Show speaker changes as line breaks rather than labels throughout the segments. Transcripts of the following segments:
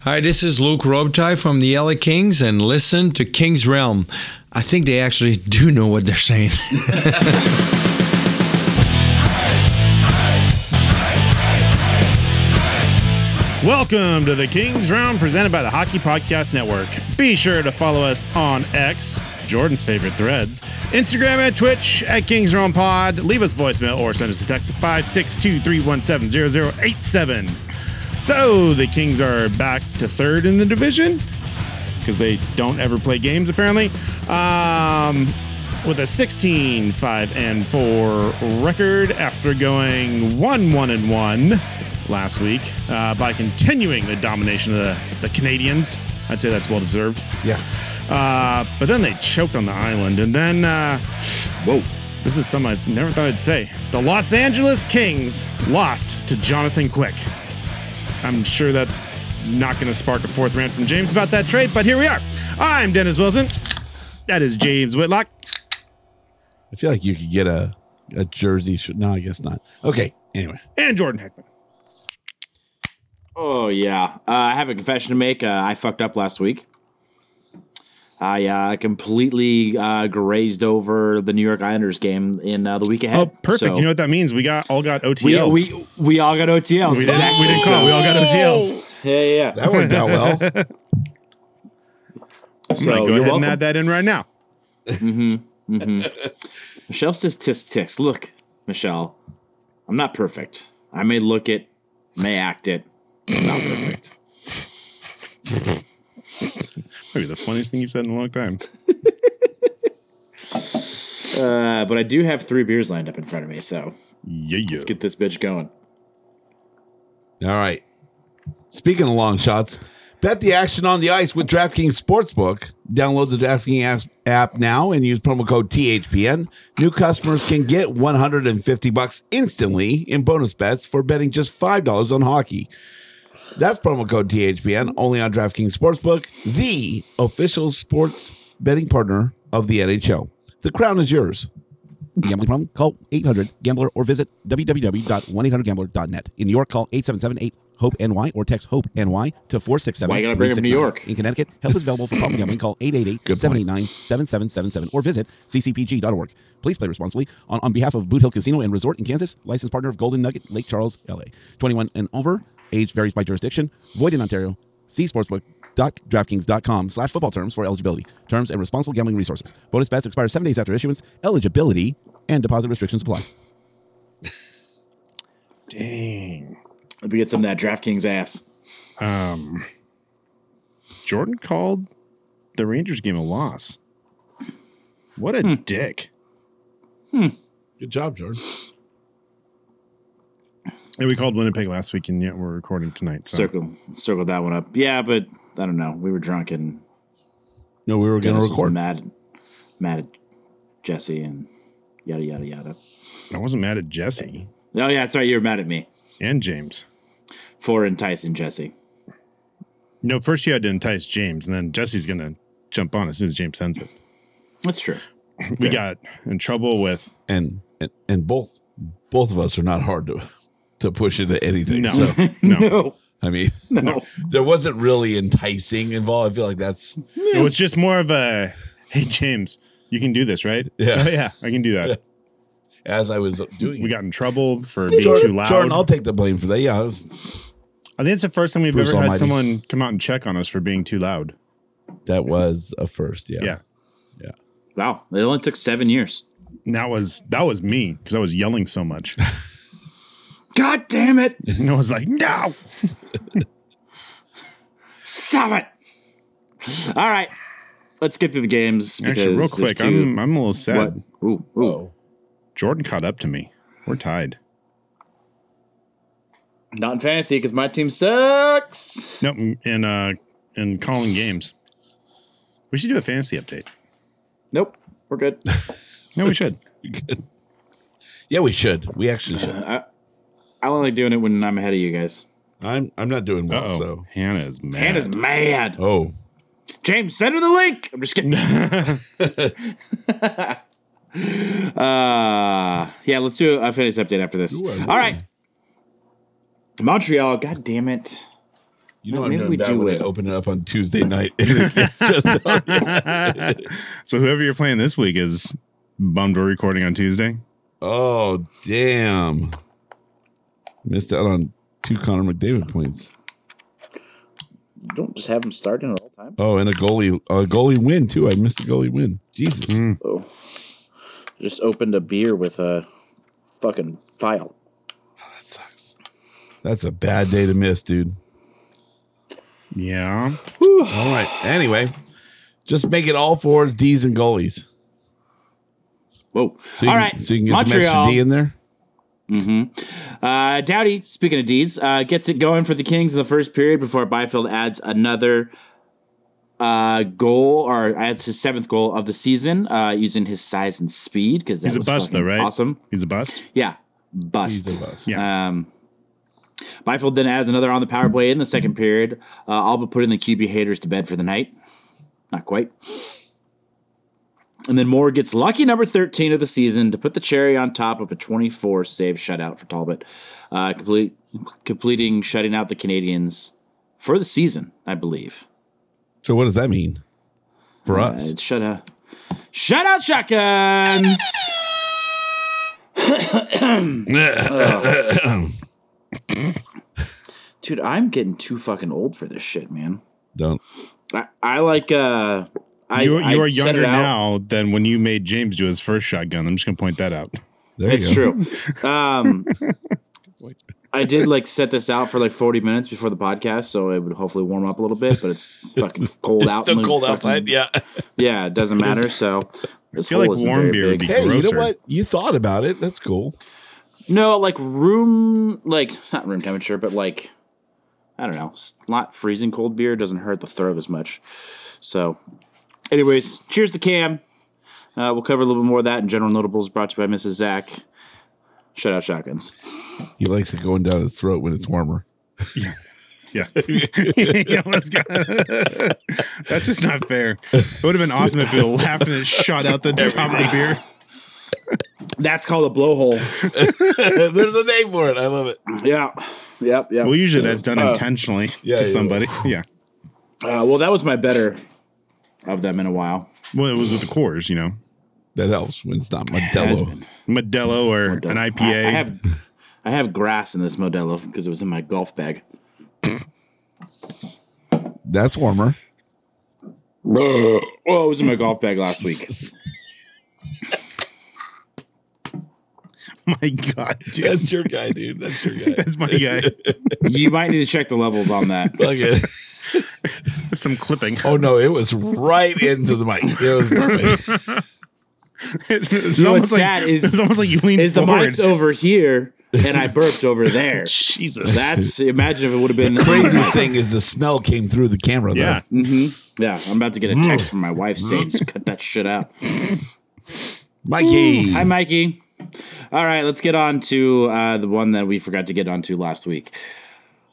Hi, this is Luke Robitaille from the LA Kings, and listen to King's Realm. I think they actually do know what they're saying.
Welcome to the Kings Round presented by the Hockey Podcast Network. Be sure to follow us on X, Jordan's favorite threads, Instagram and Twitch at Kings Round Pod. Leave us voicemail or send us a text at 562 317 0087. So the Kings are back to third in the division because they don't ever play games apparently. Um, with a 16 5 and 4 record after going 1 1 and 1 last week uh, by continuing the domination of the, the Canadians. I'd say that's well deserved.
Yeah.
Uh, but then they choked on the island. And then, uh, whoa, this is something I never thought I'd say. The Los Angeles Kings lost to Jonathan Quick. I'm sure that's not going to spark a fourth rant from James about that trade, but here we are. I'm Dennis Wilson. That is James Whitlock.
I feel like you could get a a jersey. Sh- no, I guess not. Okay. Anyway,
and Jordan Heckman.
Oh yeah, uh, I have a confession to make. Uh, I fucked up last week. I uh, completely uh, grazed over the New York Islanders game in uh, the week ahead.
Oh, perfect.
So
you know what that means? We got all got OTLs.
we, we we all got OTLs.
We didn't- we didn't call. We all got OTLs.
Yeah, yeah. yeah.
that worked out well.
I'm gonna
So
go
you're
ahead
welcome.
and add that in right now.
Michelle says tis ticks. Look, Michelle, I'm not perfect. I may look it, may act it. I'm not perfect.
Maybe the funniest thing you've said in a long time.
Uh, but I do have three beers lined up in front of me, so
Yeah, yeah.
let's get this bitch going.
All right. Speaking of long shots, bet the action on the ice with DraftKings Sportsbook. Download the DraftKings as- app now and use promo code THPN. New customers can get 150 bucks instantly in bonus bets for betting just $5 on hockey. That's promo code THPN only on DraftKings Sportsbook, the official sports betting partner of the NHL. The crown is yours. Gambling problem? Call 800 Gambler or visit www.1800Gambler.net. In New York, call 877 HOPE NY or text HOPE NY to 467
Why you gotta bring up New York?
In Connecticut, help is available for problem gambling. Call 888 789 7777 or visit ccpg.org. Please play responsibly on, on behalf of Boot Hill Casino and Resort in Kansas, licensed partner of Golden Nugget, Lake Charles, LA. 21 and over, age varies by jurisdiction, void in Ontario. See sportsbook.draftkings.com slash football terms for eligibility, terms, and responsible gambling resources. Bonus bets expire seven days after issuance. Eligibility and deposit restrictions apply.
Dang.
Let me get some of that DraftKings ass.
Um, Jordan called the Rangers game a loss. What a
Hmm.
dick.
Good job, George.
And we called Winnipeg last week, and yet we're recording tonight. So,
Circle, circle that one up. Yeah, but I don't know. We were drunk and
No, we were going to
Dennis was
record.
mad, mad at Jesse and yada yada yada.
I wasn't mad at Jesse
Oh yeah, that's right. You were mad at me
and James.
for enticing Jesse.
No, first you had to entice James, and then Jesse's going to jump on as soon as James sends it.
That's true.
We got in trouble with
And, and and both both of us are not hard to to push into anything.
no,
So,
no.
No,
I mean,
no.
there wasn't really enticing involved. I feel like that's
It was just more of a, hey James, you can do this, right?
Yeah.
oh, yeah, I can do that.
as I was doing.
We
it.
got in trouble for being
Jordan,
too loud.
Jordan, I'll take the blame for that. Yeah, I was
I think it's the first time we've
Bruce
ever had
Almighty.
someone come out and check on us for being too loud.
That was a first. Yeah.
Yeah.
Wow, it only took seven years.
And that was that was me because I was yelling so much.
God damn it!
and I was like, no.
Stop it! All right, let's get through the games.
Actually,
because
real
there's
quick,
two-
I'm I'm a little
what?
sad.
Ooh, ooh.
Jordan caught up to me. We're tied.
Not in fantasy because my team sucks.
Nope. In uh in calling games. We should do a fantasy update.
Nope, we're good.
No, we should.
Oh, Yeah, we should. We actually should.
Uh, I only like doing it when I'm ahead of you guys.
I'm I'm not doing well.
Uh oh.
So
Hannah is mad.
Hannah's mad.
oh,
James, send her the link. I'm just kidding. uh, yeah, let's do a fantasy update after this.
You are
All right. Montreal, god damn it.
you know
Well,
I'm
maybe
doing
we
that
do
when
it.
I open it up on Tuesday night. It's just-
So whoever you're playing this week is bummed we're recording on Tuesday.
oh damn! Missed out on two Connor McDavid points.
You don't just have them starting at all times.
Oh, and a goalie a goalie win too. I missed a goalie win. Jesus.
Oh. Just opened a beer with a fucking file.
That sucks. That's a bad day to miss, dude.
Yeah.
All right. Anyway, just make it all fours, D's, and goalies.
Whoa.
So you,
all
can-
right.
So you can get
Montreal.
some extra D in there.
Uh, Dowdy, speaking of D's, uh, gets it going for the Kings in the first period before Byfield adds another uh, goal or adds his seventh goal of the season uh, using his size and speed because that
He's a
was
bust though,
fucking
right?
awesome.
He's a bust.
Yeah, bust.
He's the best.
Yeah.
Um, Byfield then adds another on the power play in the second period, uh, all but putting the QB haters to bed for the night. Not quite. And then Moore gets lucky number 13 of the season to put the cherry on top of a 24 save shutout for Talbot, uh, complete, completing shutting out the Canadians for the season, I believe.
So what does that mean for us?
It's Uh, shut out. Shut out shotguns! Dude, I'm getting too fucking old for this shit, man.
Don't.
I, I like uh I
you
I
you are
set it
younger
out.
now than when you made James do his first shotgun. I'm just gonna point that out.
There
It's
you go.
true. Um I did like set this out for like 40 minutes before the podcast, so it would hopefully warm up a little bit, but it's fucking cold out.
Still
and
cold
fucking-
outside. Yeah.
Yeah, it doesn't matter. So this
feel
hole
like
isn't
warm
very
beer would
big.
be
Hey, you
Grosser.
know what? You thought about it. That's cool.
No, like room, like not room temperature, but like I don't know, s- not freezing cold beer doesn't hurt the throat as much. So, anyways, cheers to Cam. Uh, we'll cover a little bit more of that in general notables, brought to you by Mrs. Zach. Shut out shotguns.
He likes it going down his throat when it's warmer.
Yeah. Yeah, let's go. That's just not fair. It would have been awesome if you laughed and it shot out the top of the beer.
That's called a blowhole.
There's a name for it. I love it.
yeah. Yep. Yep.
Well, usually that's done intentionally
yeah,
to
yeah.
somebody. Uh, Yeah.
Uh, well, that was my better of them in a while.
Well, it was with the cores, you know,
That helps when it's not Modelo.
been.
Modelo or an IPA.
I, I have, I have grass in this Modelo because it was in my golf bag.
That's warmer.
oh, it was in my golf bag last week.
my God, dude.
That's your guy, dude. That's your guy.
That's my uh, guy.
You might need to check the levels on that.
Plug it.
Some clipping.
Oh no, it was right into the mic. It was perfect.
it's
know
almost
what's sad is-
it's almost like you lean
Is the
forward.
mic's over here and I burped over there?
Jesus.
That's imagine if it would have been
Craziest thing is the smell came through the camera. Though.
yeah.
Yeah, I'm about to get a text from my wife saying "Just cut that shit out.
Mikey.
Hi, Mikey. All right, let's get on to uh, the one that we forgot to get onto last week.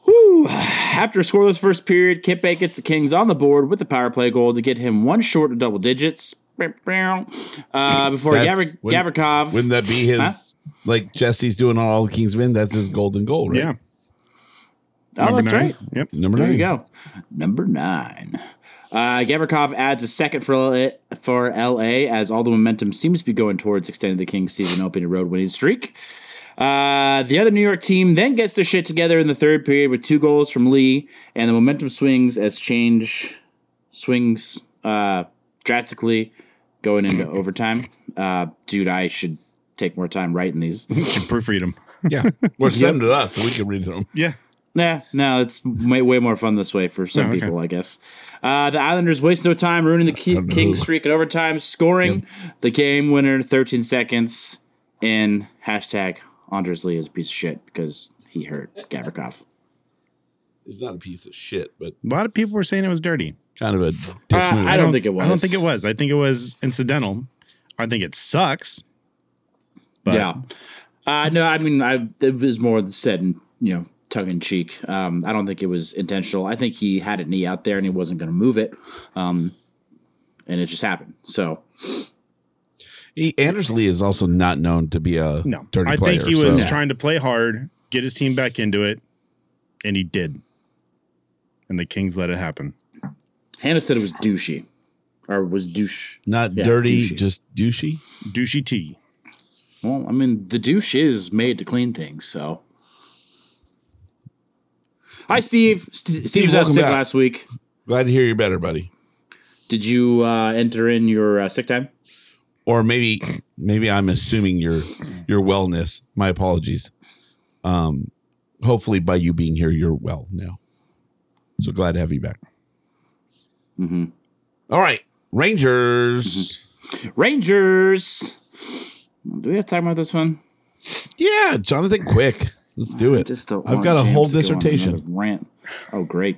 Whew. After a scoreless first period, Kip Bay gets the Kings on the board with the power play goal to get him one short of double digits. Uh, before
That's-
Gavri-
when-
Gavrikov.
Wouldn't that be his?
Huh?
Like Jesse's doing on all the Kings men. That's his golden goal, right?
Yeah.
Mm-hmm. oh,
Number
that's
nine.
right.
Yep.
Number
There
nine.
you go. Number nine. Uh, Gavrikov adds a second for LA, for LA as all the momentum seems to be going towards extending the Kings' season opening road winning streak. Uh, the other New York team then gets their shit together in the third period with two goals from Lee, and the momentum swings as change swings uh, drastically going into overtime. Uh, dude, I should take more time writing these.
Should proofread them.
Yeah. Or send them to us so we can read them.
Yeah.
Nah, no, it's way, way more fun this way for some
okay.
people, I guess. Uh, the Islanders waste no time ruining the Ki- Kings streak in overtime, scoring the game winner in 13 seconds. And hashtag Anders Lee is a piece of shit because he hurt Gavrikov.
It's not a piece of shit, but
A lot of people were saying it was dirty.
kind of a dick
Uh,
move.
I don't think it was.
I don't think it was. I think it was incidental. I think it sucks. But
yeah. Uh, no, I mean, I, it was more said, in, you know, tongue in cheek. Um, I don't think it was intentional. I think he had a knee out there and he wasn't going to move it. Um, and it just happened. So,
He, Anders Lee is also not known to be a
no,
dirty
I
player.
think he was
so-
trying to play hard, get his team back into it, and he did. And the Kings let it happen.
Hannah said it was douchey or was douche.
not
Yeah,
dirty,
douchey.
just douchey.
Douchey T.
Well, I mean, the douche is made to clean things, so. Hi, Steve. St- Steve was out
welcome
sick
back.
last week.
Glad to hear you're better, buddy.
Did you uh, enter in your uh, sick time?
Or maybe, maybe I'm assuming your your wellness. My apologies. Um, hopefully by you being here, you're well now. So glad to have you back.
Mm-hmm.
All right, Rangers.
Rangers. Do we have time about this one?
Yeah, Jonathan Quick. Let's do
I
it.
just don't.
I've
want
got a
James
whole
to go on
dissertation.
another rant. Oh, great.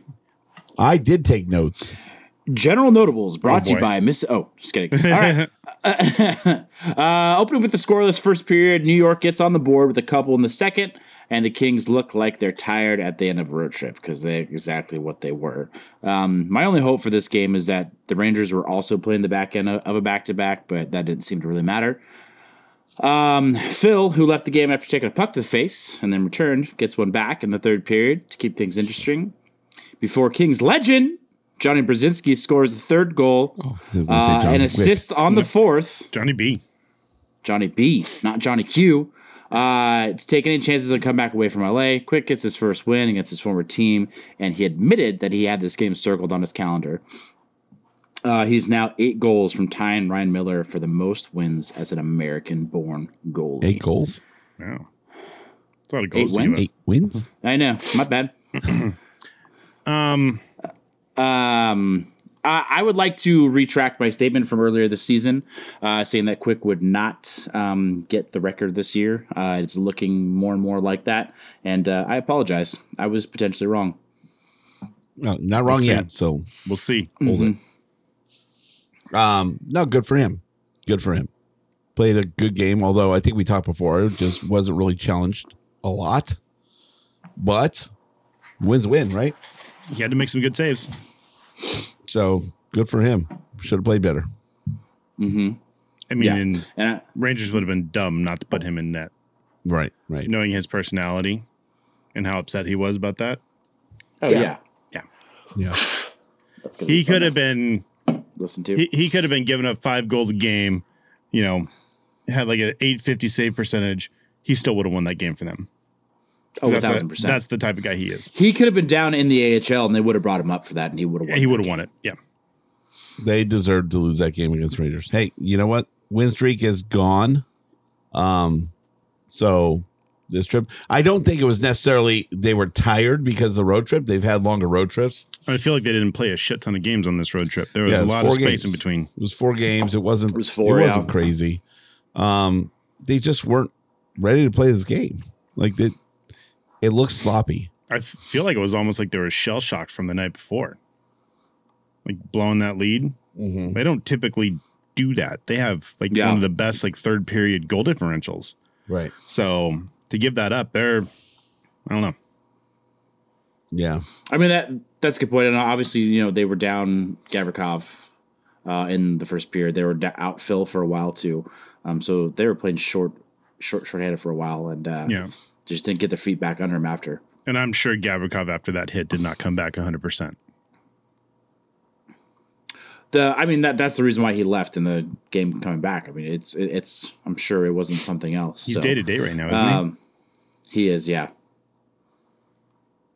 I did take notes.
General Notables brought to you
boy.
by Miss. Oh, just kidding. All right. uh, opening with the scoreless first period, New York gets on the board with a couple in the second, and the Kings look like they're tired at the end of a road trip because they're exactly what they were. Um, my only hope for this game is that the Rangers were also playing the back end of of a back to back, but that didn't seem to really matter. Um, Phil, who left the game after taking a puck to the face and then returned, gets one back in the third period to keep things interesting. Before Kings legend Johnny Brzezinski scores the third goal
I was gonna Oh, say
uh,
Jonathan
and
Quick.
assists on the fourth.
Johnny B.
Johnny B, not Johnny Q. Uh, to take any chances to come back away from LA. Quick gets his first win against his former team, and he admitted that he had this game circled on his calendar. Uh, he's now eight goals from tying Ryan Miller for the most wins as an American-born goalie.
Eight goals,
Wow. It's a lot of goals
Eight
to give
wins?
us.
eight wins.
I know. My bad.
Um,
Um, I, I would like to retract my statement from earlier this season, uh, saying that Quick would not um, get the record this year. Uh, it's looking more and more like that, and uh, I apologize. I was potentially wrong.
No, not wrong
Same.
yet. So
we'll see.
Mm-hmm.
hold it. Um, no, good for him. Good for him. Played a good game, although I think we talked before, just wasn't really challenged a lot. But wins win, right?
He had to make some good saves.
So good for him. Should have played better.
I mean,
Yeah.
and
And I,
Rangers would have been dumb not to put him in net,
Right, right.
knowing his personality and how upset he was about that.
oh yeah,
Yeah.
Yeah.
Yeah.
That's gonna be
He
fun
could
to
have been
listen to.
he, he could have been giving up five goals a game, you know, had like an 850 save percentage. He still would have won that game for them.
oh, a
that's,
thousand
the,
percent.
that's the type of guy he is.
he could have been down in the AHL, and they would have brought him up for that, and he would have. won.
He would have won it. Yeah.
They deserved to lose that game against Raiders. Hey, you know what? Win streak is gone. Um, so this trip, I don't think it was necessarily they were tired because of the road trip. They've had longer road trips.
I feel like they didn't play a shit ton of games on this road trip. There was
Yeah,
a
it's
lot of
four
space
games.
in between.
It was four games. It wasn't. It
was four,
It wasn't
yeah.
crazy. Um, they just weren't ready to play this game. Like it, it looks sloppy.
I f- feel like it was almost like they were shell shocked from the night before, like blowing that lead. They don't typically do that. They have like
Mm-hmm. Yeah.
one of the best like third period goal differentials.
Right.
So to give that up, they're I don't know.
Yeah.
I mean that that's a good point. And obviously, you know, they were down Gavrikov uh, in the first period. They were da- out Phil for a while too, um, so they were playing short, short, shorthanded for a while, and uh,
Yeah.
just didn't get their feet back under him after.
And I'm sure Gavrikov after that hit did not come back 100%.
The I mean that that's the reason why he left in the game coming back. I mean it's it, it's I'm sure it wasn't something else.
He's
so.
day to day right now, isn't
Um, He is, yeah.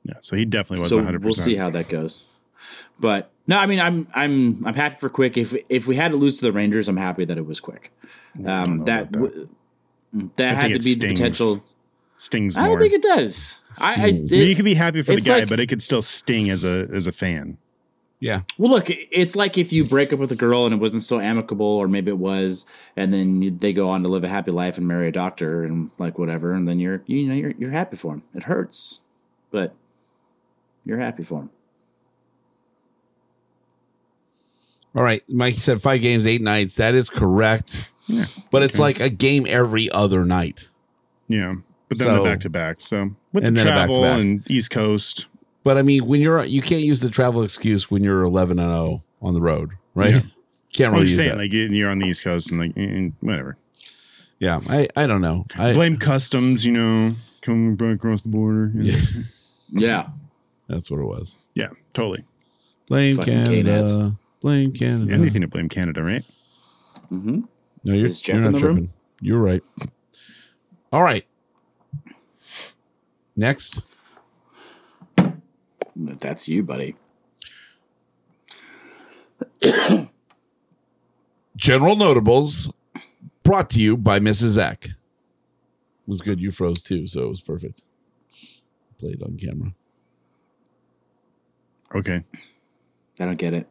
Yeah, so he definitely was
so
100%.
we'll see how that goes. But no, I mean, I'm I'm I'm happy for Quick. If if we had to lose to the Rangers, I'm happy that it was Quick. Um, that w- that,
think
had to
it
be the
stings
potential.
Stings more.
I don't think it does. I, I
Stings.
So
it-
you could be happy for the
it's
guy,
like-
but it could still sting as a as a fan.
Yeah.
Well, look, it's like if you break up with a girl and it wasn't so amicable, or maybe it was, and then you- they go on to live a happy life and marry a doctor and like whatever, and then you're you know you're you're happy for him. It hurts, but you're happy for him.
All right. Mike said five games, eight nights. That is correct. But it's like a game every other night.
Yeah, but then
So-
the back to back. So with
And
the
then a
travel
back-to-back.
and East Coast,
But I mean, when you're you can't use the travel excuse when you're 11 and 0 on the road, right?
Yeah.
Can't
I'm
really
just
use
saying,
that.
like you're on the East Coast and like and whatever.
yeah, I, I don't know. I,
Blame customs, you know, coming back across the border. you know.
Yeah.
Yeah,
that's what it was.
yeah, totally.
Blame
Fucking
Canada. Blame Canada.
Anything to blame Canada, right?
No, you're,
Is Jeff
you're
in
not
the room?
tripping. You're right. All right. Next.
but that's you, buddy.
General Notables brought to you by Mrs. Zach. It was good. You froze too, so it was perfect. Played on camera.
Okay.
I don't get it.
It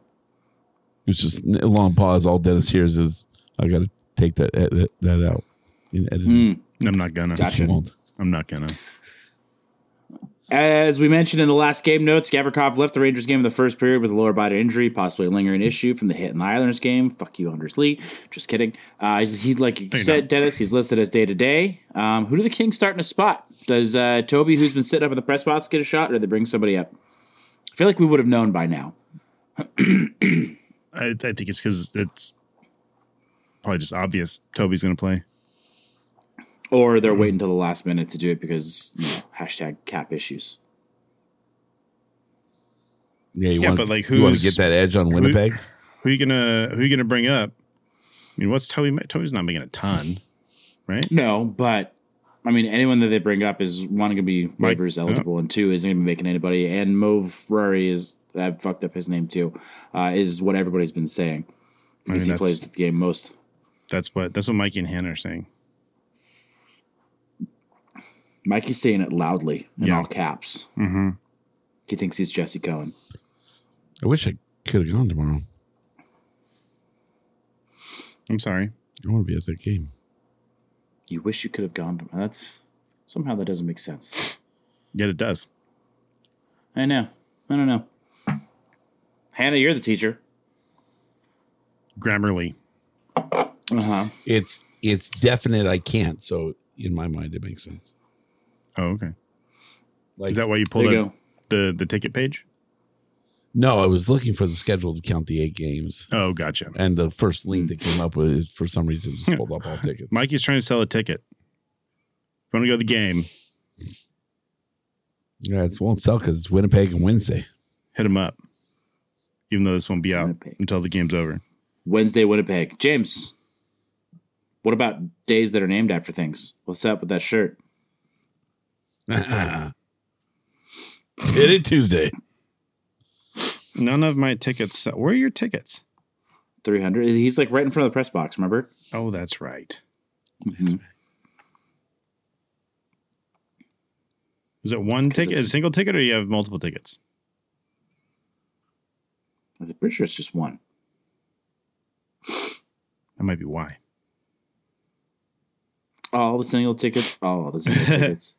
was just a long pause. All Dennis hears is, I got to take that edit, that out in editing.
I'm not gonna.
She
Mm, Gotcha.
won't.
I'm not gonna.
As we mentioned in the last game notes, Gavrikov left the Rangers game in the first period with a lower body injury, possibly a lingering issue from the hit in the Islanders game. Fuck you, Anders Lee. Just kidding. Uh, he's, he, like you
you're
said,
not.
Dennis, he's listed as day to day. Um, Who do the Kings start in a spot? Does uh, Toby, who's been sitting up in the press box, get a shot, or do they bring somebody up? I feel like we would have known by now.
I, I think it's because it's probably just obvious. Toby's gonna play.
Or they're waiting until the last minute to do it because, you know, hashtag cap issues.
Yeah, you
Yeah,
want,
but, like,
you want to
who's-
get that edge on Winnipeg?
Who you gonna Who you gonna bring up? I mean, what's Toby? ma- Toby's not making a ton, right?
No, but I mean, anyone that they bring up is one going to be
Right.
waivers eligible, and two isn't going to be making anybody. And Mo Ferrari is I fucked up his name too. Uh, is what everybody's been saying because he
that's-
plays the game most.
That's what That's what Mikey and Hannah are saying.
Mikey's saying it loudly in
Yeah. Mm-hmm.
all caps. He thinks he's Jesse Cohen.
I wish I could have gone tomorrow.
I'm sorry.
I want to be at that game.
You wish you could have gone to. That's somehow that doesn't make sense.
Yet it does.
I know. I don't know. Hannah, you're the teacher.
Grammarly. Uh-huh.
Uh huh.
It's it's definite. I can't. So in my mind, it makes sense.
Oh, okay.
Like
Is that why you pulled
There you
up
go.
the the ticket page?
no, I was looking for the schedule to count the eight games,
Oh, gotcha.
and the first
Hmm.
link that came up with for some reason just pulled up all tickets.
Mikey's trying to sell a ticket. If you want to go to the game,
yeah, it won't sell because it's Winnipeg and Wednesday.
hit him up. Even though this won't be out
Winnipeg.
until the game's over.
Wednesday, Winnipeg. James, what about days that are named after things? What's up with that shirt?
Hit it Tuesday.
None of my tickets. sell- Where are your tickets?
300. He's like right in front of the press box, remember?
Oh, that's right. Is it one
'cause
ticket, a
it's-
single ticket, or you have multiple tickets?
I'm pretty sure it's just one.
That might be why.
All the single tickets. All the single tickets.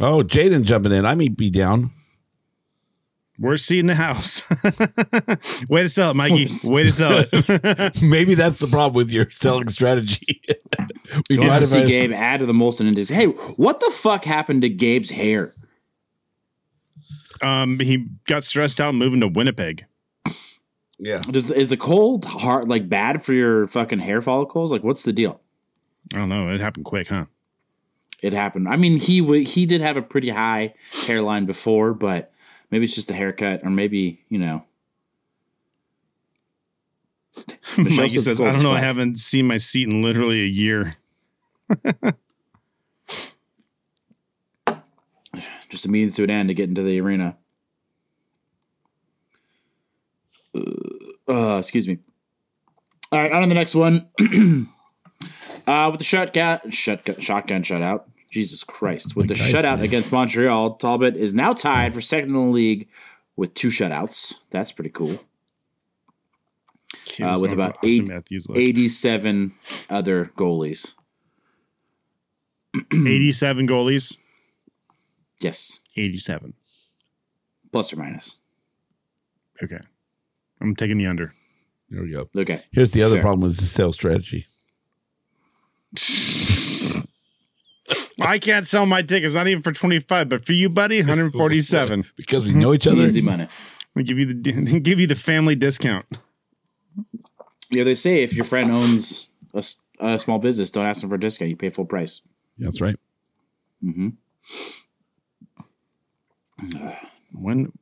Oh, Jaden jumping in. I may be down.
We're seeing the house. Way to sell it, Mikey. Way to sell it.
Maybe that's the problem with your selling strategy. we
Get
might
to
have
see
had-
Gabe add to the Molson Index. Hey, what the fuck happened to Gabe's hair?
um, he got stressed out moving to Winnipeg.
Yeah.
Does, is the cold heart like bad for your fucking hair follicles? Like, what's the deal?
I don't know. It happened quick, huh?
It happened. I mean, he wa he did have a pretty high hairline before, but maybe it's just a haircut, or maybe you know. Michelle
Mikey
said
says,
skull
I don't
is
know. I
fine."
haven't seen my seat in literally a year.
Just a means to an end to get into the arena. Uh, excuse me. All right, on to the next one. uh, with the shotgun, shotgun, shotgun shutout. Jesus Christ! With the shutout against Montreal, Talbot is now tied for second in the league with two shutouts. That's pretty cool.
Kid
Uh,
was
with
going for
about
Austin
eight,
Matthews left.
87 other goalies.
87 goalies.
Yes,
87.
plus or minus.
Okay. I'm taking the under.
There we go.
Okay.
Here's the other
Sure.
problem with the sales strategy.
I can't sell my tickets, not even for 25, but for you, buddy, 147. I'm
Because we know each other.
Hmm. Easy money.
gonna give you the give you the family discount.
Yeah, they say if your friend owns a, s- a small business, don't ask them for a discount. You pay full price.
That's right.
When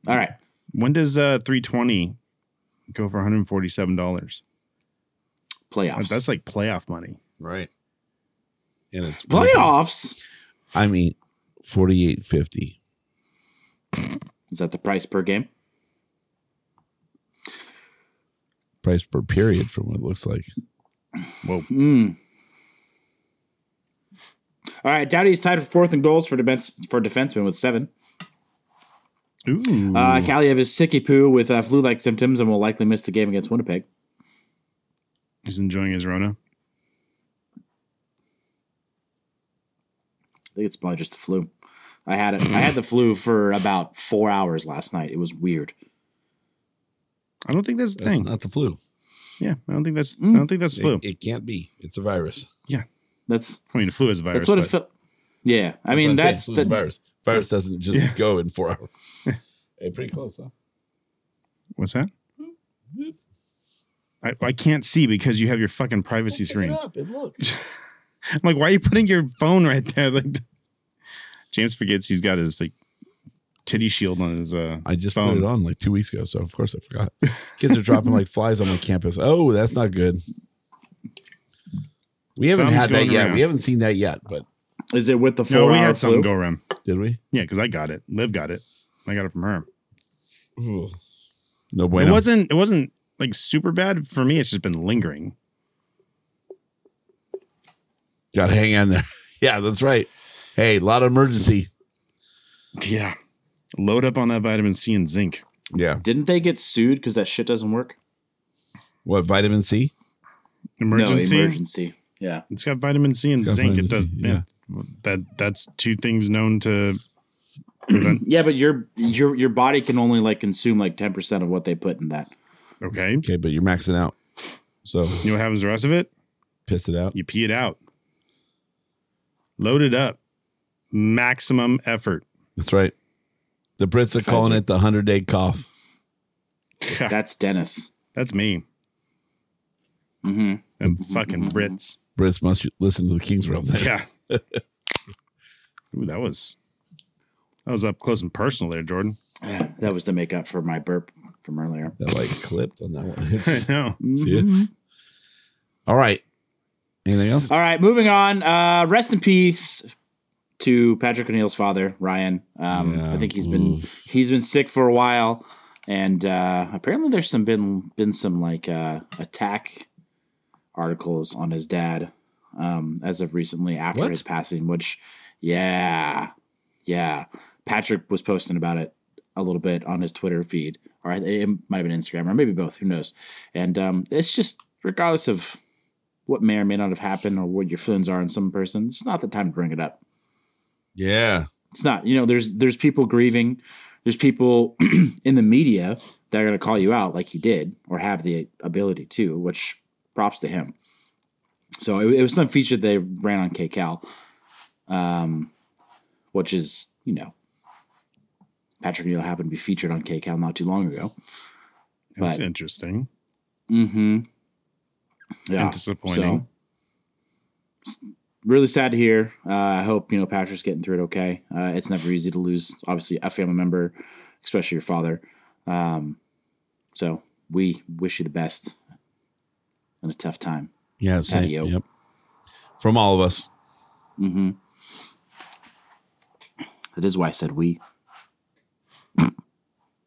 All right.
when does uh 320 go for 147 dollars?
Playoffs.
That's like playoff money.
Right. And it's
Playoffs?
I mean, forty eight fifty.
Is that the price per game?
price per period from what it looks like.
Mm-hmm. All right. Dowdy is tied for fourth in goals for defense for defenseman with seven.
Ooh.
Uh, Kaliev is sicky poo with uh, flu like symptoms and will likely miss the game against Winnipeg.
He's enjoying his Rona.
I think it's probably just the flu. I had it. I had the flu for about four hours last night. It was weird.
I don't think that's the
That's
thing.
not the flu.
yeah, I don't think that's
Mm.
I don't think that's flu.
It, it can't be. It's a virus.
That's
I mean, flu is a virus.
that's what it
but
felt. Yeah, I mean
what I'm
that's
saying, flu's a
the,
virus. Virus doesn't just go in four hours. hey, pretty close, huh?
what's that? I, I can't see because you have your fucking privacy
Pick it
screen.
up and look.
I'm like, why are you putting your phone right there? Like, James forgets he's got his like titty shield on his. uh
I just
phone.
put it on like two weeks ago, so of course I forgot. Kids are dropping like flies on my campus. Oh, that's not good. We haven't
Something's
had that
going
yet.
around.
We haven't seen that yet, but
is it with the four
No, we
hour
had
flu?
something go around.
did we?
Yeah, because I got it. Liv got it. I got it from her.
No
It
bueno.
wasn't. It wasn't like super bad for me. It's just been lingering.
Got to hang on there. yeah, that's right. Hey, a lot of emergency.
Yeah. Load up on that vitamin C and zinc.
Yeah.
Didn't they get sued because that shit doesn't work?
What vitamin C?
Emergency.
No emergency. Yeah.
It's got vitamin C and
got
zinc. It does.
vitamin C,
Yeah. That that's two things known to. prevent-
Yeah, but your your your body can only like consume like ten percent of what they put in that.
Okay. You
Okay, but you're maxing out. So
know what happens the rest of it?
piss it out.
You pee it out. Load it up. Maximum effort.
That's right. The Brits are calling it the hundred day cough.
That's Dennis.
That's me. Mm-hmm. And fucking Brits.
Brits must listen to the King's Realm. Then.
Yeah. Ooh, that was that was up close and personal there, Jordan.
That was to make up for my burp from earlier.
That like clipped on that one.
No.
See it? All right. Anything else?
All right, moving on. Uh, rest in peace to Patrick O'Neill's father, Ryan. Um,
Yeah,
I think he's been he's been sick for a while, and uh, apparently there's some been been some like uh, attack articles on his dad um, as of recently after
What?
his passing. Which, yeah, yeah, Patrick was posting about it a little bit on his Twitter feed, or it it might have been Instagram, or maybe both. Who knows? And um, it's just regardless of what may or may not have happened or what your feelings are on some person, it's not the time to bring it up.
Yeah.
It's not, you know, there's there's people grieving, there's people in the media that are gonna call you out like he did, or have the ability to, which props to him. So it, it was some feature they ran on KCAL, um, which is, you know, Patrick Neal happened to be featured on KCAL not too long ago.
That's
But-
interesting.
Mm-hmm. Yeah.
And disappointing.
So, really sad to hear. Uh, I hope you know Patrick's getting through it okay. Uh, it's never easy to lose, obviously, a family member, especially your father. Um, so we wish you the best in a tough time.
Yeah. Same.
Patio.
Yep. From all of us.
Mm-hmm. That is why I said we.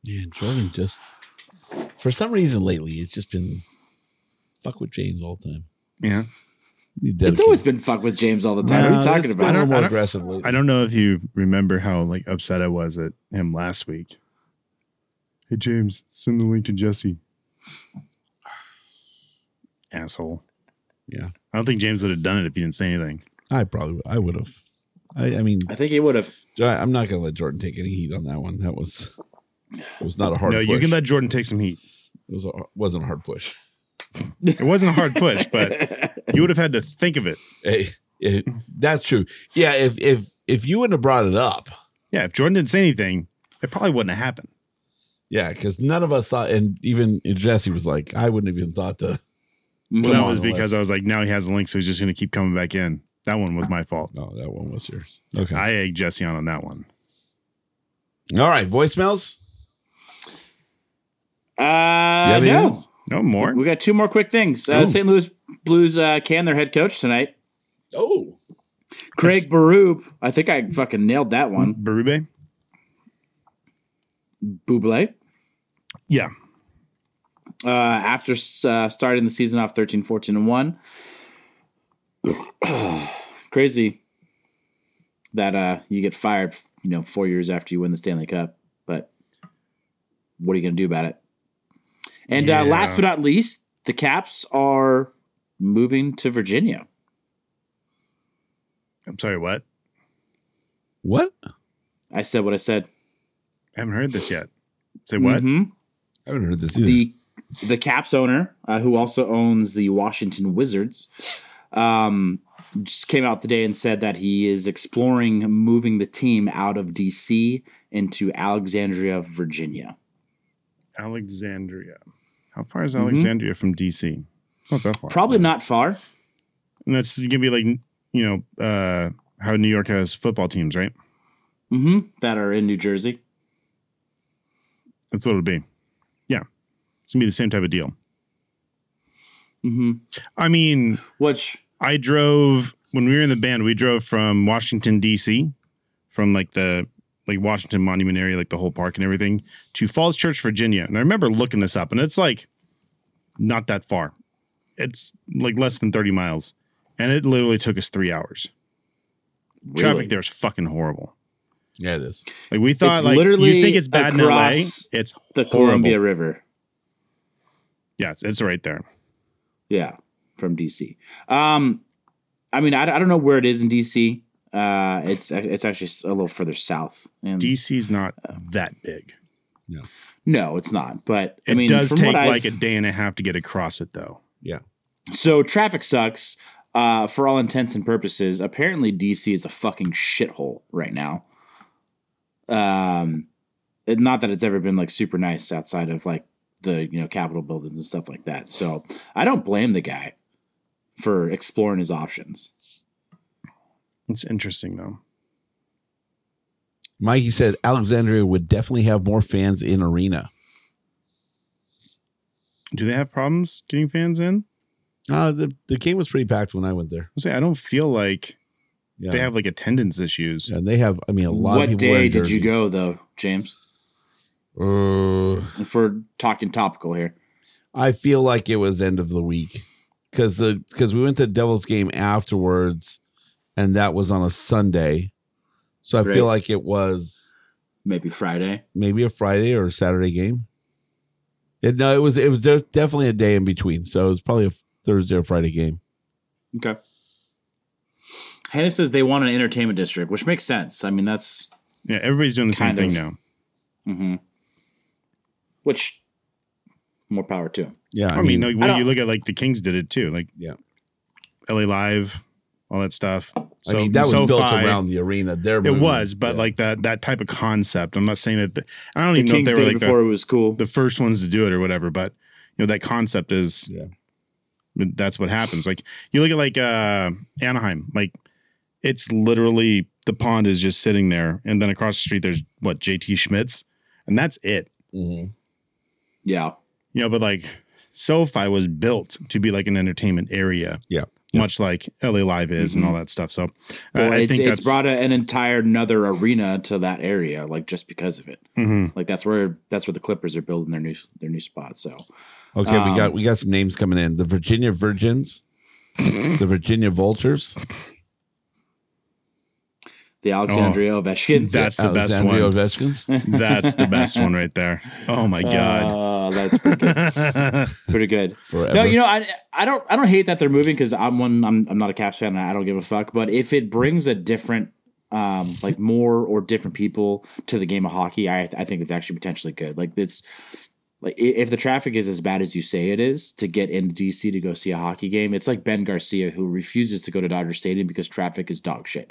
Yeah, Jordan just for some reason lately it's just been fuck with James all the time.
Yeah.
It's always been fuck with James all the time. what are you talking
I
about?
don't
I
more
don't-
aggressive lately.
I don't know if you remember how like upset I was at him last week. Hey James, send the link to Jesse. Asshole.
Yeah.
I don't think James would have done it if you didn't say anything.
I probably I would have. I, I mean,
I think he would have.
I, I'm not gonna let Jordan take any heat on that one. That was it was not a hard.
no,
push.
you can let Jordan take some heat.
it was a, wasn't a hard push.
It wasn't a hard push, but you would have had to think of it.
Hey, it- that's true. Yeah, if if if you wouldn't have brought it up,
Yeah, if Jordan didn't say anything, it probably wouldn't have happened.
yeah, because none of us thought, and even Jesse was like, I wouldn't have even thought to.
Mm-hmm.
Well,
Come
that was
on,
because
Les.
I was like, now he has the link, so he's just going to keep coming back in. That one was my fault.
No, that one was yours. Okay.
I egged Jesse on on that one.
All right. Voicemails.
Uh,
You have any
no.
others?
No more.
We got two more quick things. Uh, St. Louis Blues uh, can their head coach tonight.
Oh,
Craig Berube. I think I fucking nailed that one.
Barube?
Buble.
Yeah.
uh, after uh, starting the season off 13 14 and 1 crazy that uh, you get fired you know four years after you win the stanley cup but what are you going to do about it and uh, last but not least the caps are moving to virginia
I'm sorry, what?
what?
i said what i said
I haven't heard this yet. Say what?
Mhm.
I haven't heard this either.
the the caps owner uh, who also owns the washington wizards um, just came out today and said that he is exploring moving the team out of DC into Alexandria, Virginia.
Alexandria. How far is Alexandria from DC? It's not that far.
Probably not far.
And that's going to be like, you know, uh, how New York has football teams, right?
hmm That are in New Jersey.
That's what it'll be. Yeah. It's going to be the same type of deal.
hmm
I mean,
Which
I drove when we were in the band. We drove from Washington D.C. from like the like Washington Monument area, like the whole park and everything, to Falls Church, Virginia. And I remember looking this up, and it's like not that far. It's like less than thirty miles, and it literally took us three hours.
Really?
Traffic there is fucking horrible.
yeah, it is.
Like we thought,
It's
like
literally
you think it's bad in L.A.
across
It's
the
horrible.
Columbia River.
Yes, it's right there.
Yeah, from DC. Um, I mean, I, I don't know where it is in DC. Uh, it's it's actually a little further south. And
D.C.'s not that big.
no, it's not. But
It
I mean,
does
from
take
what I've-
like a day and a half to get across it, though.
Yeah.
So traffic sucks. Uh, for all intents and purposes, apparently DC is a fucking shithole right now. Um, it- not that it's ever been like super nice outside of like the you know Capitol buildings and stuff like that. So I don't blame the guy for exploring his options.
It's interesting though.
Mikey said Alexandria would definitely have more fans in arena.
Do they have problems getting fans in?
Uh, the the game was pretty packed when I went there.
I say I don't feel like
Yeah.
they have like attendance issues.
and they have. I mean, a lot.
What
of people wearing
day did you
jerseys.
go though, James?
Uh,
If we're talking topical here,
I feel like it was end of the week because the because we went to Devils game afterwards, and that was on a Sunday, so I
Right.
feel like it was
maybe Friday.
maybe a Friday or a Saturday game. It, no, it was it was just definitely a day in between, so it was probably a Thursday or Friday game.
Okay. Hannah says they want an entertainment district, which makes sense. I mean, that's
Yeah, everybody's doing the same
Kind
thing
of.
now.
Mm-hmm. Which more power to him.
Yeah,
I, mean, like, when
don't-
you look at like the Kings did it too, like
Yeah.
LA Live, all that stuff.
I mean that was built
SoFi,
around the arena. There
It was, but like that that type of concept. I'm not saying that. The, I don't
The
even know if
Kings
they
did
were
it
like
before
the,
it was cool.
the first ones to do it or whatever, but you know that concept is.
Yeah.
That's what happens. Like you look at like uh Anaheim, like it's literally the pond is just sitting there, and then across the street there's what JT Schmitz, and that's it.
Mm-hmm.
yeah.
You know, but like SoFi was built to be like an entertainment area.
Yeah. Mm-hmm.
much like LA Live is and all that stuff. So uh,
Well,
I
it's
think
it's
that's
brought a, an entire another arena to that area, like just because of it.
Mm-hmm.
Like that's where that's where the Clippers are building their new their new spot. So
Okay, we
Um,
got we got some names coming in. The Virginia Virgins, the Virginia Vultures,
the
Oh.
Alexandria Ovechkins.
that's the best
Alexandria
one.
Ovechkin.
That's the best one right there. Oh my god.
Uh, that's pretty good. pretty good.
Forever.
No, you know, I I don't I don't hate that they're moving because I'm one I'm I'm not a Caps fan and I don't give a fuck. But if it brings a different um like more or different people to the game of hockey, I I think it's actually potentially good. Like it's like i- if the traffic is as bad as you say it is to get into DC to go see a hockey game, it's like Ben Garcia who refuses to go to Dodger Stadium because traffic is dog shit.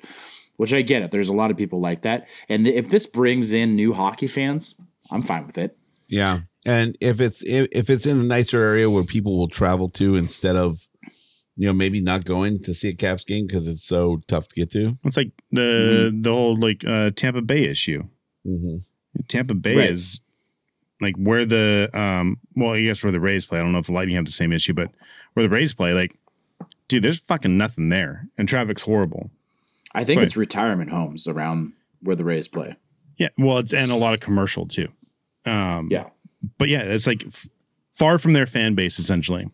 Which I get it. There's a lot of people like that, and if this brings in new hockey fans, I'm fine with it.
Yeah, and if it's if if it's in a nicer area where people will travel to instead of, you know, maybe not going to see a Caps game because it's so tough to get to.
It's like the
mm-hmm.
the whole like uh, Tampa Bay issue.
Mm-hmm.
Tampa Bay
Right.
is like where the um well, I guess where the Rays play. I don't know if the Lightning have the same issue, but where the Rays play, like, dude, there's fucking nothing there, and traffic's horrible.
I think
Sorry.
it's retirement homes around where the Rays play.
Yeah, well, it's and a lot of commercial too. Um,
Yeah.
but yeah, it's like f- far from their fan base essentially.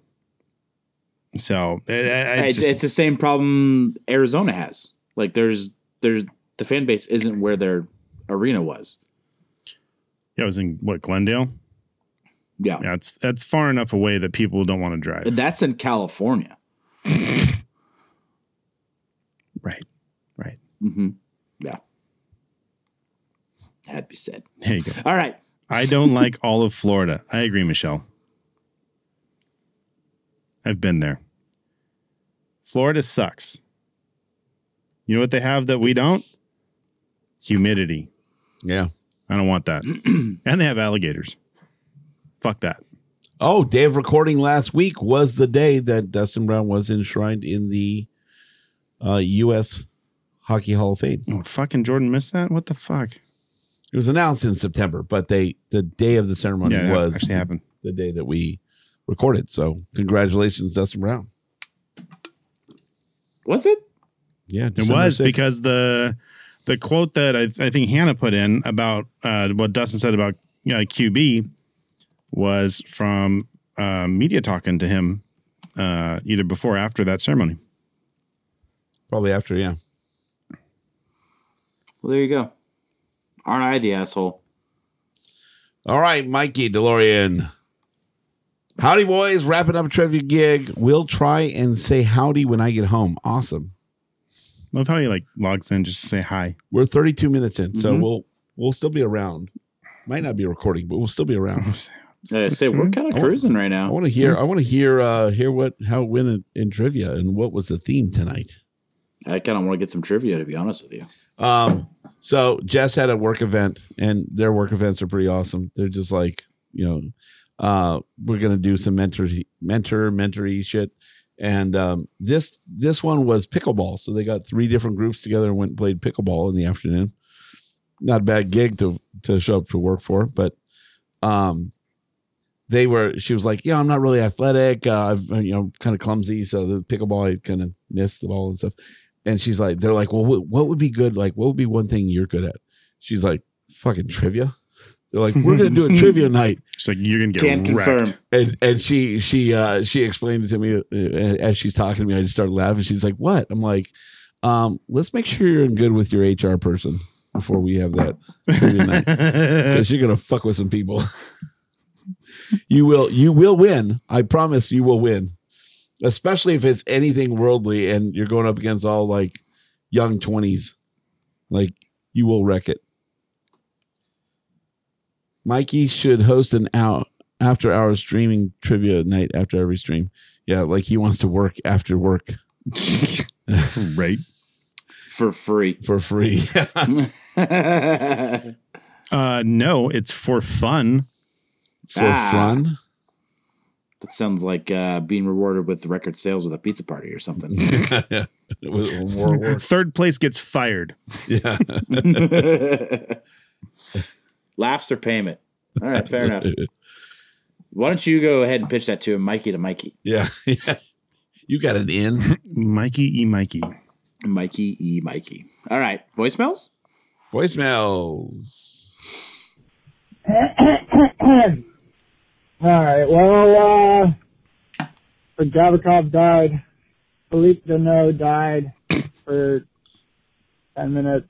So I- I- I
It's,
just-
it's the same problem Arizona has. Like there's there's the fan base isn't where their arena was.
yeah, it was in what Glendale.
Yeah.
Yeah, it's that's far enough away that people don't want to drive.
And that's in California.
Right, right.
Mm-hmm. Yeah. Had to be said.
There you go.
All right.
I don't like all of Florida. I agree, Michelle. I've been there. Florida sucks. You know what they have that we don't? Humidity.
Yeah.
I don't want that. and they have alligators. Fuck that.
Oh, day of recording last week was the day that Dustin Brown was enshrined in the uh, U.S. Hockey Hall of Fame.
Oh, fucking Jordan missed that? What the fuck?
It was announced in September, but they the day of the ceremony
Yeah, it
was
actually happened.
the day that we recorded. So congratulations, Dustin Brown.
Was it?
Yeah,
It
December
was
6th.
because the the quote that I, I think Hannah put in about uh, what Dustin said about uh, QB was from uh, media talking to him uh, either before or after that ceremony.
probably after. Yeah,
Well, there you go. Aren't I the asshole?
All right, Mikey DeLorean. Howdy, boys. Wrapping up a trivia gig. We'll try and say howdy when I get home. Awesome.
Love how he like logs in just to say hi.
We're 32 minutes in,
Mm-hmm.
so we'll we'll still be around. Might not be recording, but we'll still be around.
Uh, say we're kind of cruising right
I
now.
want to hear.
Mm-hmm.
I want to hear. uh Hear what how it went in, in trivia and what was the theme tonight.
I kind of want to get some trivia to be honest with you.
Um, so Jess had a work event, and their work events are pretty awesome. They're just like, you know, uh, we're gonna do some mentor, mentor, mentory shit. And um, this this one was pickleball. So they got three different groups together and went and played pickleball in the afternoon. Not a bad gig to to show up to work for, but um, they were. She was like, you know, I'm not really athletic. Uh, I've you know kind of clumsy, so the pickleball I kind of missed the ball and stuff and she's like, they're like, well, what, what would be good? Like, what would be one thing you're good at? She's like, fucking trivia. They're like, we're gonna do a trivia night,
It's like you're gonna get
Can't
wrecked.
confirm.
and and she she uh she explained it to me uh, as she's talking to me. I just started laughing. She's like, what? I'm like, um, let's make sure you're in good with your HR person before we have that trivia night because you're gonna fuck with some people. you will you will win. I promise you will win. Especially if it's anything worldly and you're going up against all like young twenties. Like you will wreck it. Mikey should host an out after hour streaming trivia night after every stream. Yeah, like he wants to work after work
right.
for free.
for free.
Uh, no, it's for fun.
for
Ah.
fun.
That sounds like uh, being rewarded with record sales with a pizza party or something.
It was more work.
Third place gets fired.
Laughs or payment. All right, fair enough. Why don't you go ahead and pitch that to him, Mikey to Mikey?
Yeah. yeah. You got an in.
Mikey E. Mikey.
Mikey E. Mikey. All right, voicemails.
Voicemails.
All right. Well, uh, but Gavrikov died. Philippe Deneau died for 10 minutes.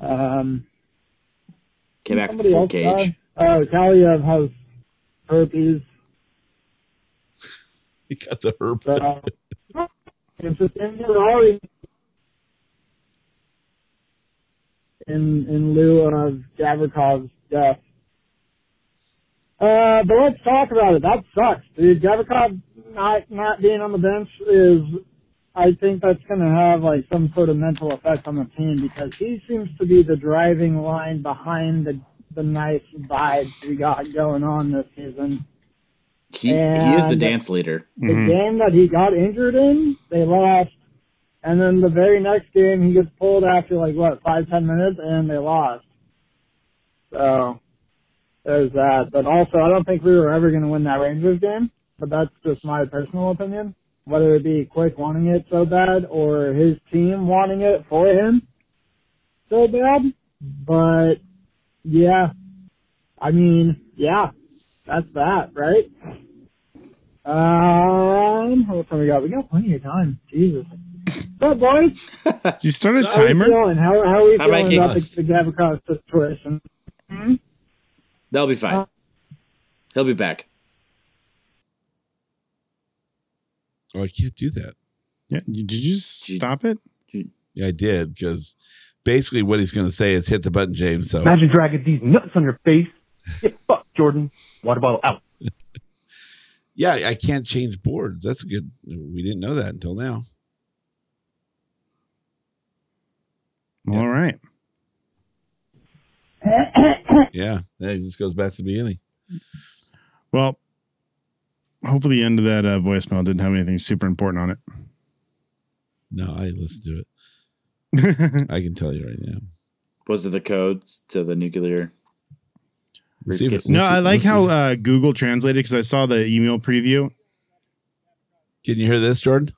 Um,
Came back with the
somebody
full
else
cage.
died. Oh, Kaliev has herpes.
You got the herb.
So it's just in Ferrari in in lieu of Gavrikov's death. Uh, but let's talk about it. That sucks, dude. Gavrikov not not being on the bench is, I think that's going to have like some sort of mental effect on the team because he seems to be the driving line behind the the nice vibes we got going on this season.
He, he is the
uh, And-
dance leader.
The game that he got injured in, they lost. And then the very next game, he gets pulled after like what five ten minutes, and they lost. So there's that. But also, I don't think we were ever going to win that Rangers game. But that's just my personal opinion. Whether it be Quick wanting it so bad or his team wanting it for him so bad, but yeah, I mean, yeah, that's that, right? Um, how much time we got? We got plenty of time. Jesus. But boys,
Did you start a
how are we
timer?
feeling? How, how are we
How about
feeling about
Kings?
the, the Gavrikov situation?
That'll be fine. He'll be back.
Oh, I can't do that.
Yeah, you- did you stop it?
Yeah, I did because basically what he's going to say is hit the button, James. So
Imagine dragging these nuts on your face. Get fucked, Jordan. Water bottle out.
yeah, I can't change boards. That's a good. We didn't know that until now.
All right.
Yeah, that just goes back to the beginning.
Well, hopefully the end of that uh, voicemail didn't have anything super important on it.
No, I listened to it. I can tell you right now.
Was it the codes to the nuclear?
Let's see if it-
No,
let's see-
I like
let's see.
how uh, Google translated because I saw the email preview.
Can you hear this, Jordan?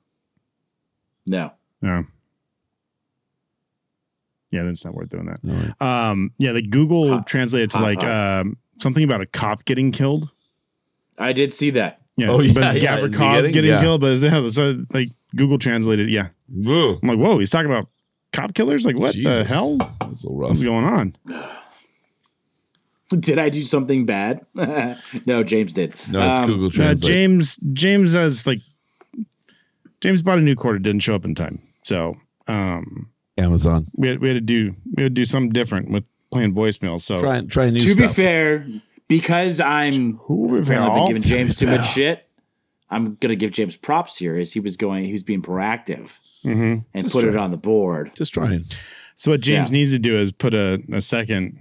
No.
Yeah. Yeah, then it's not worth doing that.
All right.
Um, yeah, like Google
Hot-
translated to
hot,
like
hot.
um, something about a cop getting killed.
I did see that.
Yeah,
Oh, yeah,
but it's
yeah, in the
Gavrikov
beginning,
getting
yeah.
killed. But it's, yeah, so like Google translated. Yeah, I'm like, whoa, he's talking about cop killers. Like, what the
Jesus.
hell?
That's a little rough.
What's going on?
Did I do something bad? no, James did.
No, it's
Um,
Google
Uh,
Translate.
James James has like James bought a new quarter, didn't show up in time, so um,
Amazon.
we had, we had to do we had to do something different with playing voicemails. So
Try try new
To
stuff.
be fair, because I'm
Who if
apparently been
all?
giving James too much shit. I'm gonna give James props here, as he was going, he was being proactive
Mhm.
and put it on the board.
Just trying.
So what James
Yeah.
needs to do is put a, a second.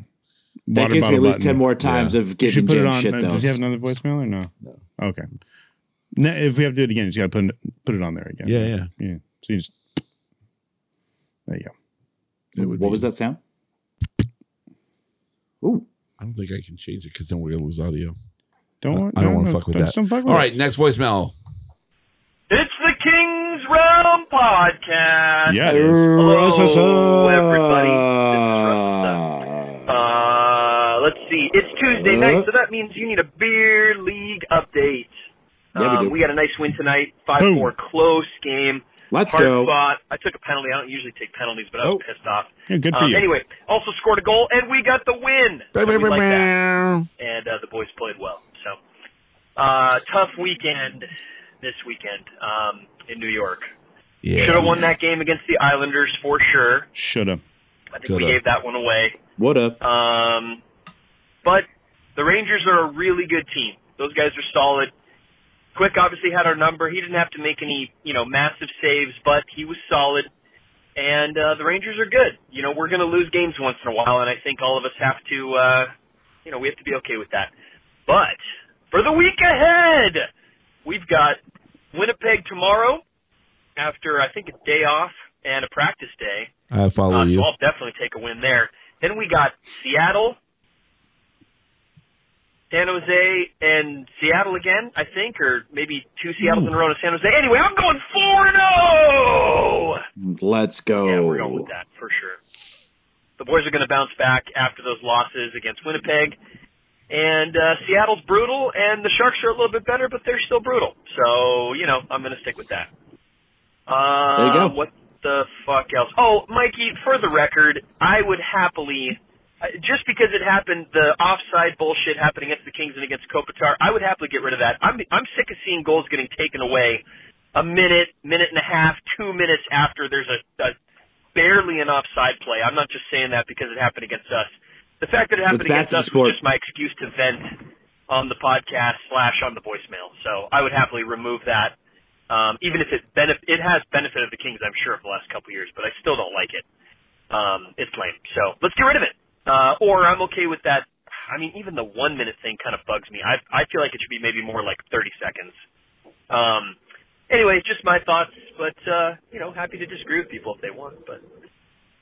That
water
gives me
bottle
at least
button.
ten more times of
You
giving
should put it
James
on.
shit
uh,
though.
does he have another voicemail or no? No. Okay. No, if we have to do it again, you just got to put it, put it on there again.
Yeah, yeah.
Yeah. So you just there you go.
It would
what
be-
was that sound? Ooh.
I don't think I can change it because then we're gonna lose audio.
Don't
I don't want to
no,
fuck with
don't-
that.
Don't fuck with
All
it.
right, next voicemail.
It's the King's Realm Podcast.
Yeah. It is.
Hello, everybody. Uh, let's see. It's Tuesday night, so that means you need a beer league update.
Yeah, we do.
got a nice win tonight. Five four, close game.
Let's
Hard
go.
fought. I took a penalty. I don't usually take penalties, but I was
Oh.
pissed off.
Yeah, good for
Um,
you.
Anyway, also scored a goal, and we got the win. So we like that. and uh, the boys played well. So uh, tough weekend this weekend um, in New York.
Yeah.
Should have won that game against the Islanders for sure.
Shoulda.
I think
Coulda.
we gave that one away.
What up?
Um, but the Rangers are a really good team. Those guys are solid. Quick obviously had our number. He didn't have to make any, you know, massive saves, but he was solid. And uh, the Rangers are good. You know, we're going to lose games once in a while, and I think all of us have to, uh, you know, we have to be okay with that. But for the week ahead, we've got Winnipeg tomorrow after I think a day off and a practice day.
I follow
Uh, so
you.
I'll definitely take a win there. Then we got Seattle, San Jose and Seattle again, I think, or maybe two Seattles in a row to San Jose. Anyway, I'm going four and zero.
Let's go.
Yeah, we're
Oh.
going with that for sure. The boys are going to bounce back after those losses against Winnipeg. And uh, Seattle's brutal, and the Sharks are a little bit better, but they're still brutal. So, you know, I'm going to stick with that. Uh,
There you go.
What the fuck else? Oh, Mikey, for the record, I would happily, uh, just because it happened, the offside bullshit happened against the Kings and against Kopitar, I would happily get rid of that. I'm, I'm sick of seeing goals getting taken away a minute, minute and a half, two minutes after there's a, a barely an offside play. I'm not just saying that because it happened against us. The fact that it happened
It's back
against
to the
us
sport.
was just my excuse to vent on the podcast slash on the voicemail. So I would happily remove that, um, even if it benef- it has benefited the Kings, I'm sure, for the last couple years. But I still don't like it. Um, it's lame. So let's get rid of it. Uh, or I'm okay with that. I mean, even the one minute thing kind of bugs me. I I feel like it should be maybe more like 30 seconds. Um, anyway, just my thoughts, but, uh, you know, happy to disagree with people if they want, but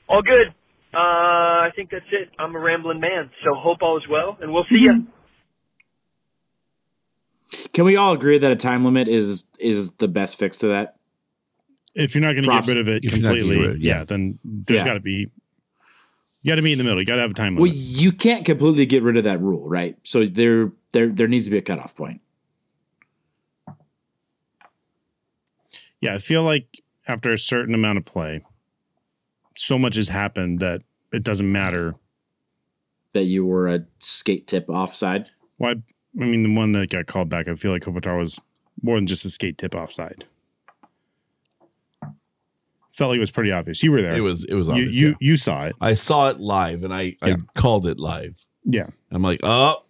all good. Uh, I think that's it. I'm a rambling man, so hope all is well, and we'll see you.
Can we all agree that a time limit is is the best fix to that?
If you're not going to get
Props.
rid of it
If you're not getting
completely,
rid of it,
yeah.
yeah.
then there's
Yeah.
got to be, you got to be in the middle. You got to have a time
Well,
limit.
you can't completely get rid of that rule, right? So there there there needs to be a cutoff point.
yeah, I feel like after a certain amount of play, so much has happened that it doesn't matter.
That you were a skate tip offside.
Why? I mean, the one that got called back, I feel like Kopitar was more than just a skate tip offside. Felt like it was pretty obvious. You were there.
It was it was
you
obvious.
you,
yeah.
you saw it.
I saw it live and I,
Yeah.
I called it live.
Yeah.
I'm like, oh.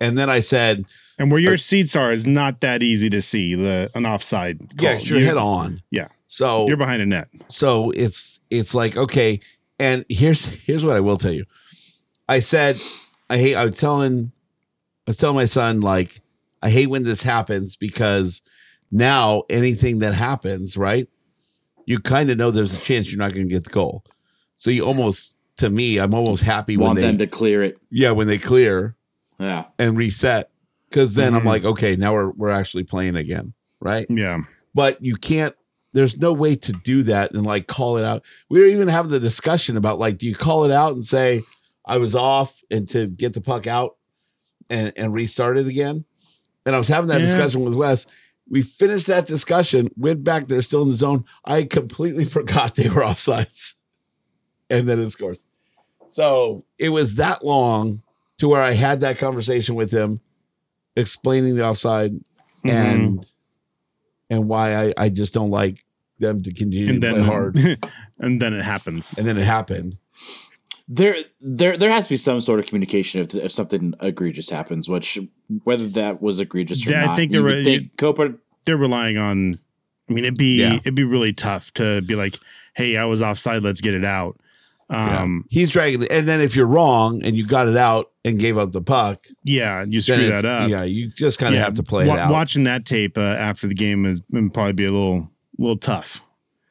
And then I said,
And where your seats are is not that easy to see the an offside. Call.
yeah, it's your
You-
head on.
Yeah.
So
You're behind a net.
so it's it's like okay and here's here's what i will tell you i said i hate i was telling i was telling my son like i hate when this happens because now anything that happens right you kind of know there's a chance you're not going to get the goal so you almost to me i'm almost happy when
Want
they
them to clear it.
yeah when they clear
Yeah.
and reset because then
Mm-hmm.
Mhm.
i'm like okay now we're we're actually playing again right
Yeah.
but you can't there's no way to do that and like call it out we were even having the discussion about like do you call it out and say i was off and to get the puck out and and restart it again and i was having that
Yeah.
discussion with wes we finished that discussion went back they're still in the zone i completely forgot they were offsides and then it scores so it was that long to where i had that conversation with him explaining the offside Mm-hmm.
Mm-hmm.
and and why I, I just don't like them to continue
and
to
then
play hard.
and then it happens.
And then it happened.
There there there has to be some sort of communication if if something egregious happens, which whether that was egregious or
Yeah, I
not.
think there
you would
were-
think Copa
They're relying on. I mean, it'd be
Yeah.
it'd be really tough to be like, "Hey, I was offside. Let's get it out." Um,
He's dragging, it. and then if you're wrong and you got it out and gave up the puck,
yeah, you
then
screw
it's-
that up.
Yeah, you just kind of
Yeah,
have to play
wa-
it out.
Watching that tape uh, after the game is would probably be a little little tough.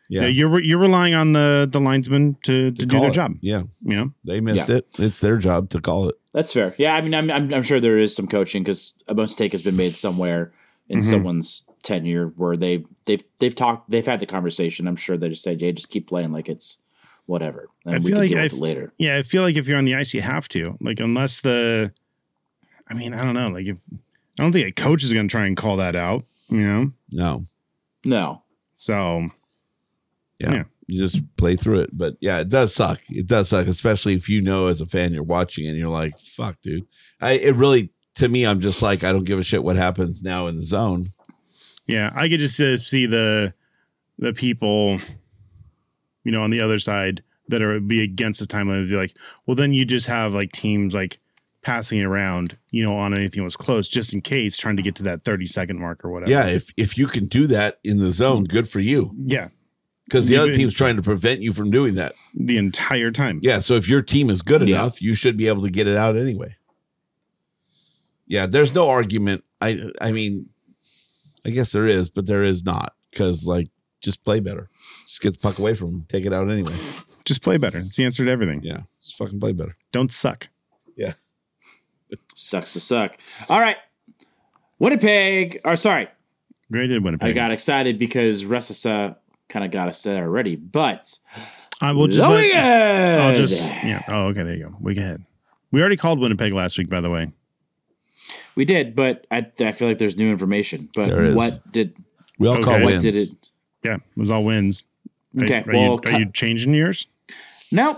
yeah,
Yeah, you're re- you're relying on the the linesman to, to, do
call
their
it.
job.
Yeah,
You know,
they missed it. It's their job to call it.
That's fair. Yeah, I mean, I'm I'm, I'm sure there is some coaching because a mistake has been made somewhere in
Mhm.
someone's tenure where they they've they've talked they've had the conversation. I'm sure they just said, "Yeah, just keep playing like it's whatever," and
I
we
feel
can
like
deal
I
with it
f-
later.
yeah, I feel like if you're on the ice, you have to like unless the, I mean, I don't know, like if I don't think a coach is going to try and call that out. You know,
No,
No,
so
you just play through it. But yeah, it does suck. It does suck, especially if you know as a fan you're watching and you're like, "Fuck, dude." I it really to me, I'm just like, I don't give a shit what happens now in the zone.
Yeah, I could just uh, see the the people, you know, on the other side that are be against this time limit. Be like, well, then you just have like teams like passing it around, you know, on anything that was close, just in case, trying to get to that thirty second mark or whatever.
Yeah, if if you can do that in the zone, good for you.
yeah,
because the
You've
other
been-
team's trying to prevent you from doing that.
the entire time.
Yeah, so if your team is good
Yeah.
enough, you should be able to get it out anyway. Yeah, there's no argument. I I mean, I guess there is, but there is not because like just play better, just get the puck away from them, take it out anyway.
Just play better. It's the answer to everything.
Yeah, just fucking play better.
Don't suck.
Sucks to suck. All right. Winnipeg, or sorry,
Great did Winnipeg.
I got excited because Ressasa kind of got us there already, but
I will just.
Logan!
Let, I'll just. Yeah. Oh, okay. There you go. We go ahead. We already called Winnipeg last week, by the way.
we did, but I, I feel like there's new information. But
There is.
what did
We all call
Okay.
what
wins.
did it?
Yeah, it was all wins. Are-
Okay,
Are,
well,
you, are you changing yours?
No,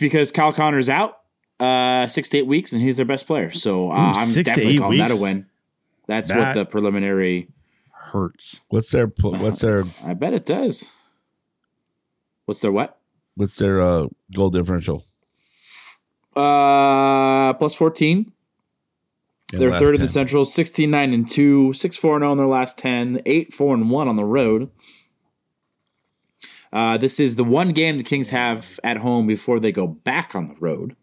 because Kyle Connor's out uh, six to eight weeks, and he's their best player. So uh, I'm
six to
definitely
eight
calling that
weeks?
a win. That's
That-
what the preliminary.
Hurts.
What's their pl- what's their
I bet it does. What's their what?
what's their uh, goal differential?
Uh, plus fourteen.
in
They're
last
third in
10?
the Central, 16 9 and 2, 6 4 and 0 in their last 10, 8 4 and 1 on the road. Uh, this is the one game the Kings have at home before they go back on the road.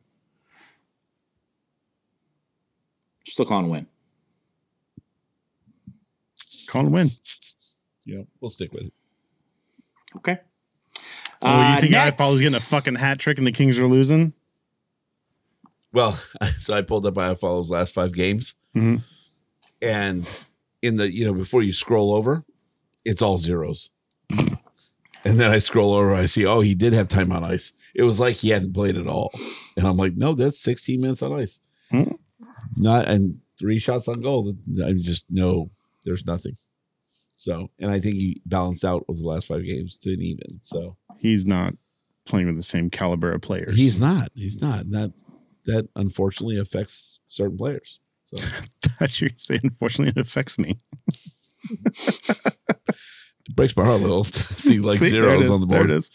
Still calling a win.
Call it a win.
Yeah, we'll stick with it.
Okay.
Oh,
Uh,
you think I Paul's getting a fucking hat trick and the Kings are losing?
Well, so I pulled up IFL's last five games,
Mhm.
and in the you know before you scroll over, it's all zeros. and then I scroll over, I see, oh, he did have time on ice. It was like he hadn't played at all, and I'm like, no, that's 16 minutes on ice,
Mhm.
not and three shots on goal. I just no, there's nothing. So, and I think he balanced out with the last five games to an even. So
He's not playing with the same caliber of players.
he's not, he's not. And that that unfortunately affects certain players. So.
That's what you say. Unfortunately, it affects me.
breaks my heart a little to see like
See, there it
zeros
is,
on the
There it
board.
is.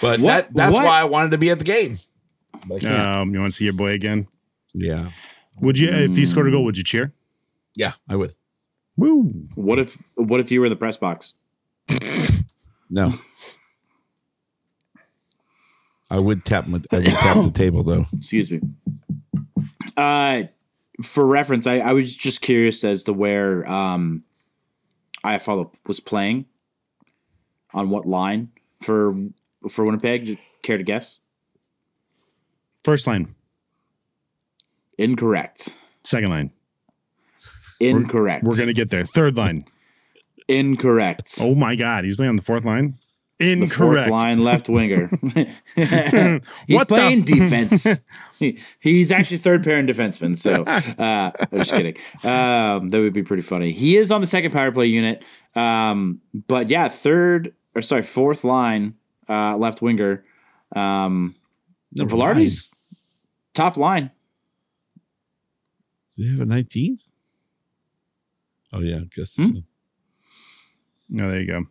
But
What-
that, that's
what-
why I wanted to be at the game. But I can't.
Um, you want to see your boy again?
yeah.
Would you, if you scored a goal, would you cheer?
Yeah, I would.
Woo.
What if what if you were in the press box?
No. I would tap my, I would tap the table though.
Excuse me. Uh, for reference, I, I was just curious as to where um, I follow was playing on what line for for Winnipeg. Do you Care to guess?
First line,
Incorrect.
second line.
Incorrect.
We're gonna get there. Third line.
incorrect.
Oh my god, he's playing on the fourth line.
the fourth
Incorrect.
line left winger. He's
What the-
playing defense. He- he's actually third pairing defenseman. So uh, I'm just kidding. Um, that would be pretty funny. He is on the second power play unit, um, but yeah, third or sorry, fourth line uh, left winger. Um,
Number
Velarde's top line.
nine. Do they have a nineteen? Oh yeah, I guess
Hmm?
it's a-
No, there you go.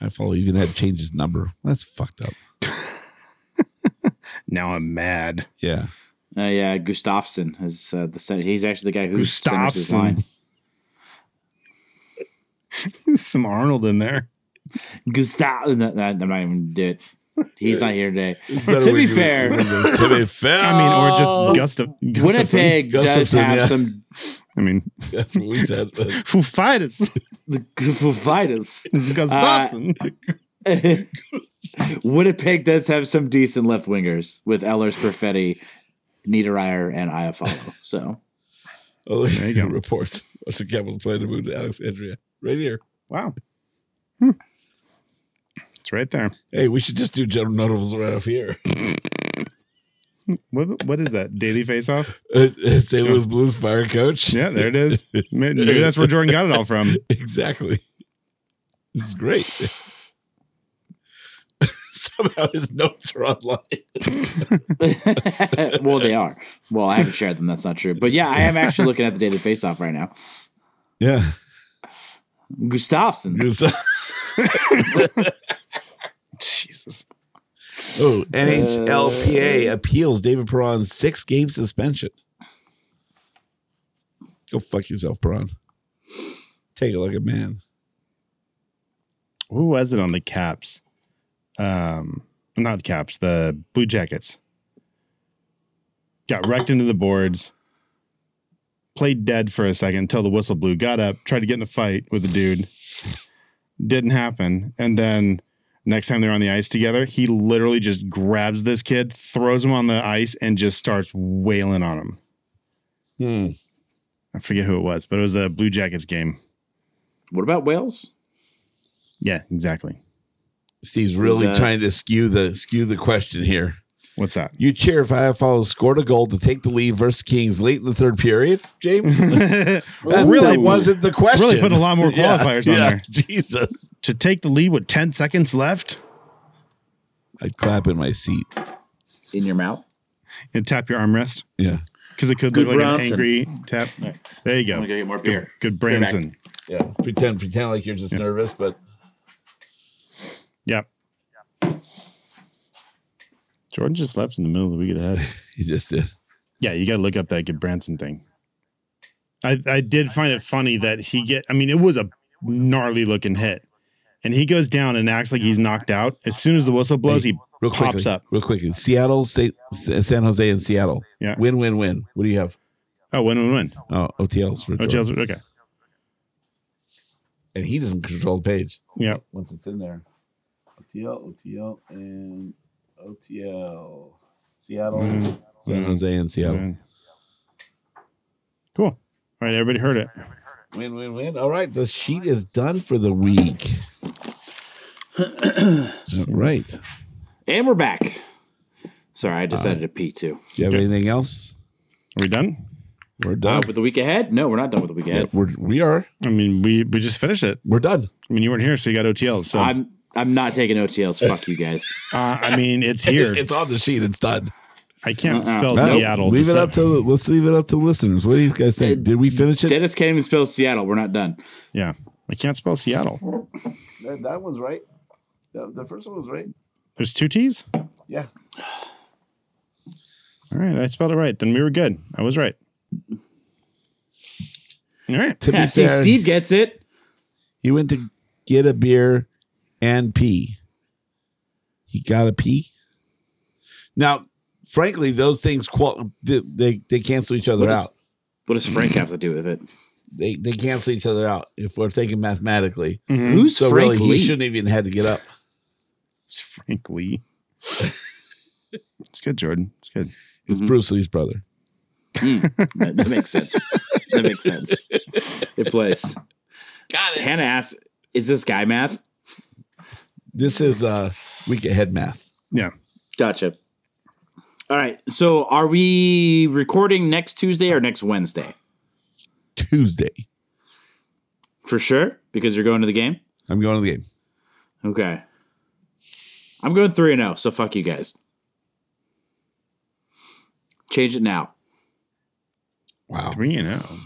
I follow even had to change his number. That's fucked up.
Now I'm mad.
Yeah.
Uh, yeah, Gustafsson is uh, the center. He's actually the guy who centers his
Gustafsson.
line.
Some Arnold in there.
Gustav, uh, no, no, I'm not even do it. He's not here today.
better
to
when
be
you-
fair,
to be fair.
I mean, or just Gustav. Gustafsson.
Winnipeg does
Gustafsson,
have
yeah.
some
I mean,
that's what we said.
Foo Fighters.
Vitus.
It's Gustafsson.
Winnipeg does have some decent left wingers with Ellers, Perfetti, Niederreiter, and Iafalo. So
Oh, look,
There you go.
Reports. What's the Capitals plan to move to Alexandria? Right here.
wow. Hmm. It's right there.
Hey, we should just do general notables right off here.
What, what is that? Daily face off?
It- it's St. Uh, Louis Blues fire coach.
Yeah, there it is. May- Maybe that's where Jordan got it all from.
Exactly. This is great. Somehow his notes are online.
well they are. Well, I haven't shared them, that's not true. But yeah, I am actually looking at the daily faceoff right now.
Yeah.
Gustafsson.
Jesus.
oh, uh, NHLPA appeals David Perron's six game suspension. Go fuck yourself, Perron. Take it like a man.
Who was it on the Caps? Um, not the Caps, the Blue Jackets. Got wrecked into the boards, played dead for a second until the whistle blew, got up, tried to get in a fight with a dude. Didn't happen. And then next time they're on the ice together, he literally just grabs this kid, throws him on the ice, and just starts wailing on him.
Hmm.
I forget who it was, but it was a Blue Jackets game.
What about Wales?
Yeah, exactly.
Steve's really
that-
trying to skew the skew the question here.
What's that?
You cheer if IFL scored a goal to take the lead versus Kings late in the third period, James? that
Really-
really wasn't the question.
really put a lot more qualifiers on there.
Jesus.
To take the lead with 10 seconds left
I'd clap in my seat.
In your mouth?
and tap your armrest
Yeah.
because it could
Good
look like an
Bronson.
angry tap. There you go.
I'm gonna go get more beer.
Good Branson.
Yeah. Pretend pretend like you're just nervous, but
Yep. Jordan just left in the middle of the week ahead.
you just did.
Yeah, you got to look up that good Branson thing. I I did find it funny that he get. I mean, it was a gnarly looking hit, and he goes down and acts like he's knocked out. As soon as the whistle blows, he
Real quickly.
pops up.
Real quickly. Seattle, State, S- San Jose, and Seattle.
Yeah.
Win, win, win. What do you have?
Oh, win, win, win.
Oh, OTLs for
Oh,
Jordan.
Chelsea- okay.
And he doesn't control the page
Yeah.
once it's in there. OTL, OTL, and OTL. Seattle,
Mm-hmm.
San
win,
Jose, and Seattle.
win. Cool. All right, everybody heard it.
Win, win, win. All right, the sheet is done for the week. All right. Do
And we're back. Sorry, I decided to pee too.
you have anything else?
Are we done?
We're done.
With the week ahead? No, we're not done with the week
Yeah,
ahead.
we're, we are.
I mean, we we just finished it.
We're done.
I mean, you weren't here, so you got OTL. So uh,
I'm I'm not taking OTLs. Fuck you guys.
I mean, it's here.
It's on the sheet. It's done.
I can't spell
Nope.
Seattle.
Leave it
so-
up to the, let's leave it up to the listeners. What do you guys think? Did we finish it?
Dennis can't even spell Seattle. We're not done.
Yeah, I can't spell Seattle.
That, that one's right. The, the first one was right.
There's two T's.
Yeah.
All right, I spelled it right. Then we were good. I was right. All right.
To be
Yeah, see,
fair,
Steve gets it.
he went to get a beer and pee. He got a pee. Now, frankly, those things qual- they, they they cancel each other
What
out.
does, what does Frank have to do with it?
They they cancel each other out if we're thinking mathematically.
Mm-hmm.
Who's
Mm. So
Frank
really,
Lee?
he shouldn't even had to get up.
It's frankly. it's good, Jordan. It's good.
It's Bruce Lee's brother.
Hmm, that, that makes sense. That makes sense. It plays. Got it. Hannah asks, "Is this guy math?"
This is uh week ahead math.
Yeah.
Gotcha. All right. So, are we recording next Tuesday or next Wednesday
Tuesday.
for sure? Because you're going to the game.
I'm going to the game.
Okay. I'm going three and zero. So fuck you guys. Change it now.
Wow.
Three and oh.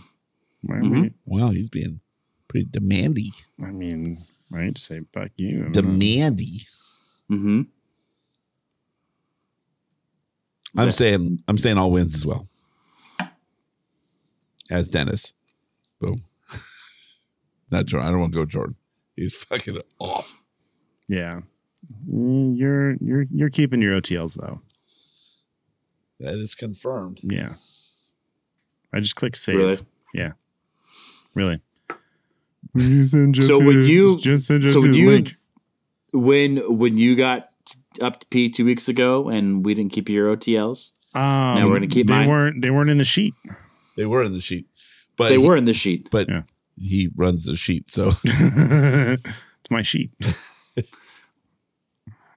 Why are
Mm-hmm.
Wow, he's being pretty demandy.
we? I mean, right? Say fuck you. I mean,
Demandy.
Mm-hmm.
I'm
that-
saying I'm saying all wins as well. As Dennis. Boom. Not Jordan. I don't want to go Jordan. He's fucking off.
yeah. Mm, You're you're you're keeping your OTLs though.
That is confirmed.
Yeah. I just click save.
Really?
Yeah. Really. You send
So would Jesse- you- just send so Jesse would the you- link. When when you got up to P two weeks ago and we didn't keep your OTLs,
Um,
we're gonna keep
they
mine.
weren't they weren't in the sheet.
They were in the sheet. But
they
he-
were in the sheet.
but
Yeah.
he runs the sheet, so
it's my sheet. I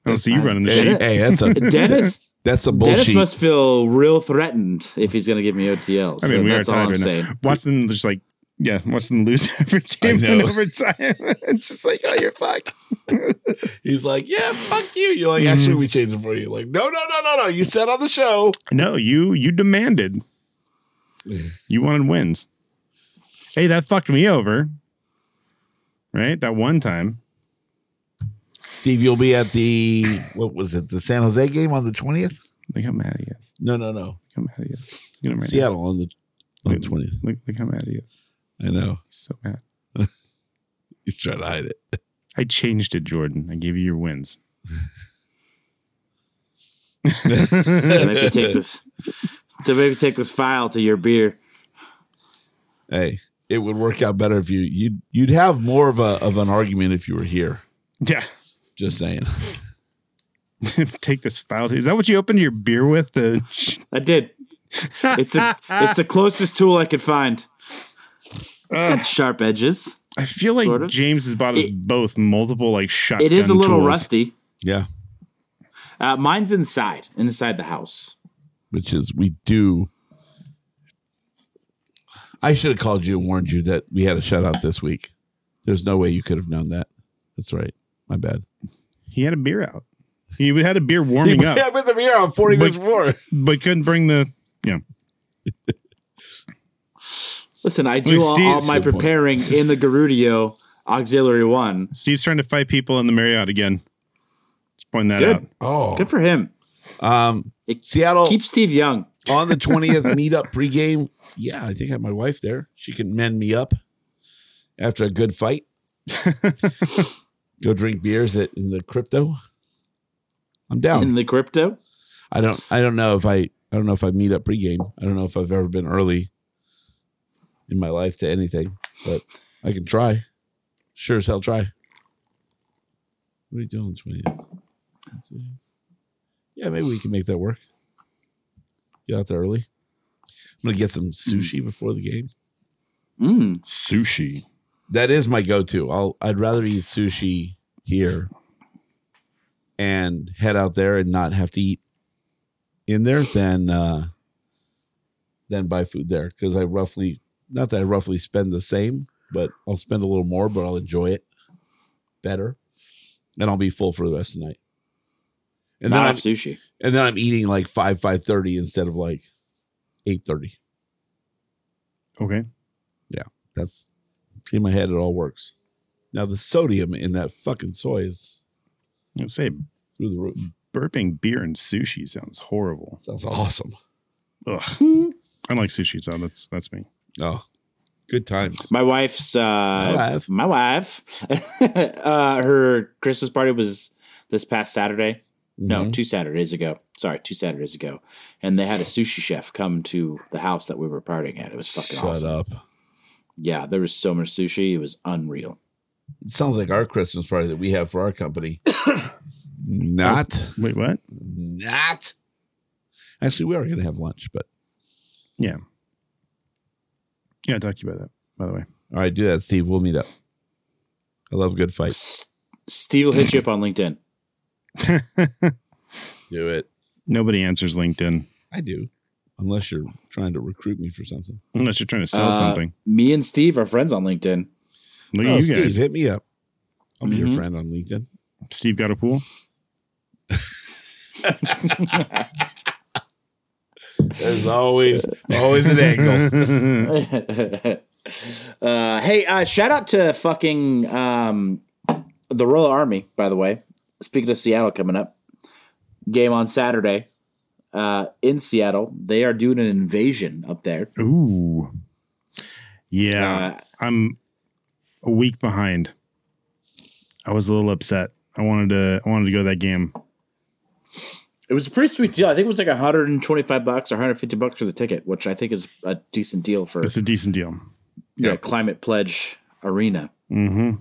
don't see Oh, you running the
hey,
sheet.
hey, that's a
Dennis
that's some
Dennis
bullshit.
must feel real threatened if he's going to give me OTLs.
I mean,
and
we are
that's all
tied
I'm
right
saying.
now. Watch them just like, yeah, watch them lose every game in
know.
overtime. it's just like, oh, you're fucked.
He's like, Yeah, fuck you. You're like, actually we changed it for you. Like, no, no, no, no, no. You said on the show.
No, you you demanded. You wanted wins. Hey, that fucked me over. Right? That one time.
Steve, you'll be at the what was it? The San Jose game on the twentieth?
Look how mad he is.
No, no, no.
Look how mad he is. Look at him right now.
Seattle on the on the
Wait.
twentieth.
Look, look how mad he is.
I know.
He's so mad.
He's trying to hide it.
I changed it, Jordan. I gave you your wins.
To maybe take this to maybe take this file to your beer.
Hey, it would work out better if you you'd you'd have more of a of an argument if you were here.
Yeah.
Just saying.
Take this file. Is that what you opened your beer with? To,
I did. It's a, it's the closest tool I could find. It's
Ah.
got sharp edges.
I feel like
Sort of.
James has bought us
It-
both multiple like shotgun.
It is a little
tools.
rusty.
Yeah.
Uh, mine's inside, inside the house.
Which is we do. I should have called you and warned you that we had a shutout this week. There's no way you could have known that. That's right. My bad.
He had a beer out. He had a beer warming up,
Yeah, with the beer on 40 minutes before.
but couldn't bring the. Yeah,
Listen, I do
Wait,
all,
Steve-
all my
Good point.
preparing in the Garudio Auxiliary One.
Steve's trying to fight people in the Marriott again. Just point that
Good.
out.
Oh.
Good for him.
Um,
It
Seattle
Keep Steve young.
on the 20th meetup pregame. Yeah, I think I have my wife there. She can mend me up after a good fight. Go drink beers at in the crypto. I'm down.
in the crypto.
I don't I don't know if I I don't know if I meet up pregame. I don't know if I've ever been early in my life to anything, but I can try. Sure as hell try. What are you doing on the twentieth? Yeah, maybe we can make that work. Get out there early. I'm gonna get some sushi before the game.
Mm.
Sushi.
That is my go-to. I'll I'd rather eat sushi here and head out there and not have to eat in there than uh than buy food there because I roughly not that I roughly spend the same, but I'll spend a little more, but I'll enjoy it better. And I'll be full for the rest of the night. And then
Not
I'm,
off sushi.
and then I'm eating like five, five thirty instead of like eight thirty.
Okay.
That's in my head. It all works. Now the sodium in that fucking soy is
Let's say
through the roof.
burping beer and sushi sounds horrible.
Sounds awesome.
Ugh. I don't like sushi, so that's that's me.
Oh, good times.
My wife's uh,
wife.
my wife, uh, her Christmas party was this past Saturday.
Mm-hmm.
No, two Saturdays ago. Sorry, two Saturdays ago, and they had a sushi chef come to the house that we were partying at. It was fucking
Shut
awesome.
up.
Yeah, there was so much sushi. It was unreal.
It sounds like our Christmas party that we have for our company. not,
Wait, what?
not. Actually, we are going to have lunch, but
Yeah. Yeah, I talked to you about that, by the way.
all right, do that, Steve. We'll meet up. I love a good fight.
S- Steve will hit you up on LinkedIn.
Do it.
Nobody answers LinkedIn
I do, unless you're trying to recruit me for something.
unless you're trying to sell
Uh,
something.
Me and Steve are friends on LinkedIn.
Look
Oh,
at you
Steve,
guys.
hit me up. I'll be
Mhm.
your friend on LinkedIn.
Steve got a pool.
There's always, always an angle.
uh, hey, uh, shout out to fucking um, the Royal Army, by the way. Speaking of Seattle coming up, game on Saturday uh, in Seattle. They are doing an invasion up there.
Ooh. Yeah.
Uh,
I'm a week behind. I was a little upset. I wanted to I wanted to go to that game.
it was a pretty sweet deal. I think it was like 125 bucks or 150 bucks for the ticket, which I think is a decent deal for
It's a decent deal.
the Climate Pledge Arena.
hmm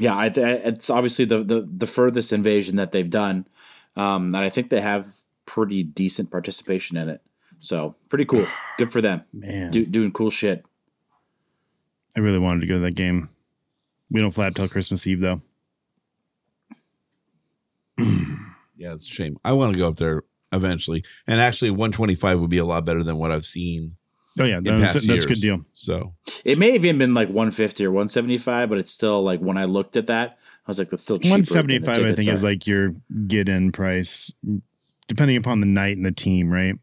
Yeah, I th- it's obviously the, the the furthest invasion that they've done, um, and I think they have pretty decent participation in it. So pretty cool, good for them,
Man.
Do, doing cool shit.
I really wanted to go to that game. We don't fly up till Christmas Eve though.
Yeah, it's a shame. I want to go up there eventually. And actually, 125 would be a lot better than what I've seen.
Oh yeah,
In
that's,
past
that's a good
years.
deal.
So,
It may have even been like one fifty or one seventy five, but it's still like when I looked at that, I was like, that's still cheaper. than
One
the
seventy five, I
tickets
think, is
are.
like your get in price, depending upon the night and the team, right?
mm-hmm.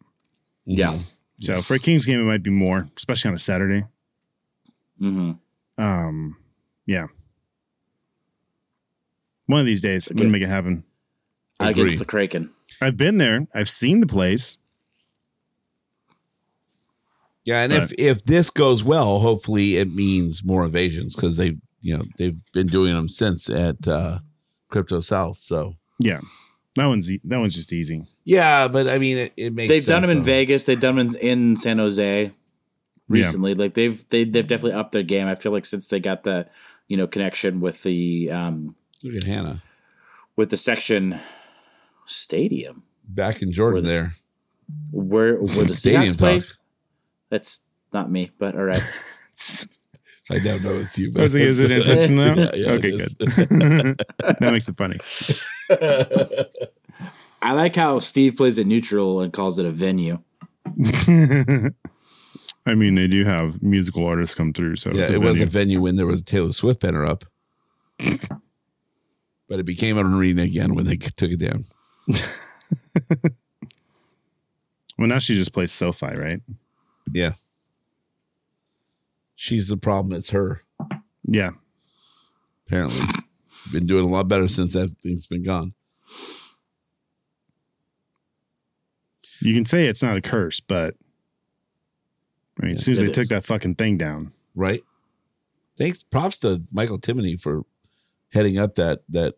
yeah.
So for a Kings game, it might be more, especially on a Saturday.
hmm
Um, yeah. One of these days, I'm gonna
Okay.
make it happen.
Against the Kraken,
I've been there. I've seen the place.
yeah. And
Right.
if, if this goes well, hopefully it means more invasions because they, you know, they've been doing them since at uh, Crypto South. So,
Yeah, that one's e- that one's just easy,
yeah, but I mean, it, it makes
they've done
sense,
them in
though.
Vegas. They've done them in, in San Jose recently. Like they've they, they've definitely upped their game. I feel like since they got the you know connection with the um,
Look at Hannah
with the section stadium
back in Jordan
Where the-
there.
Where where the
Stadium
Seahawks play?
talk.
That's not me, but all right.
I now know it's you.
I was like, is it intentional?
Yeah, yeah,
okay,
it is.
good. that makes it funny.
I like how Steve plays it neutral and calls it a venue.
I mean, they do have musical artists come through, so
Yeah,
it's a
it was a
venue.
venue when there was a Taylor Swift banner up, but it became an arena again when they took it down.
well, now she just plays SoFi, right?
Yeah, she's the problem. It's her.
Yeah,
Apparently, been doing a lot better since that thing's been gone.
you can say it's not a curse, but I mean, as soon as
it
they took
is.
that fucking thing down,
Right. Thanks. Props to Michael Timoney for heading up that that.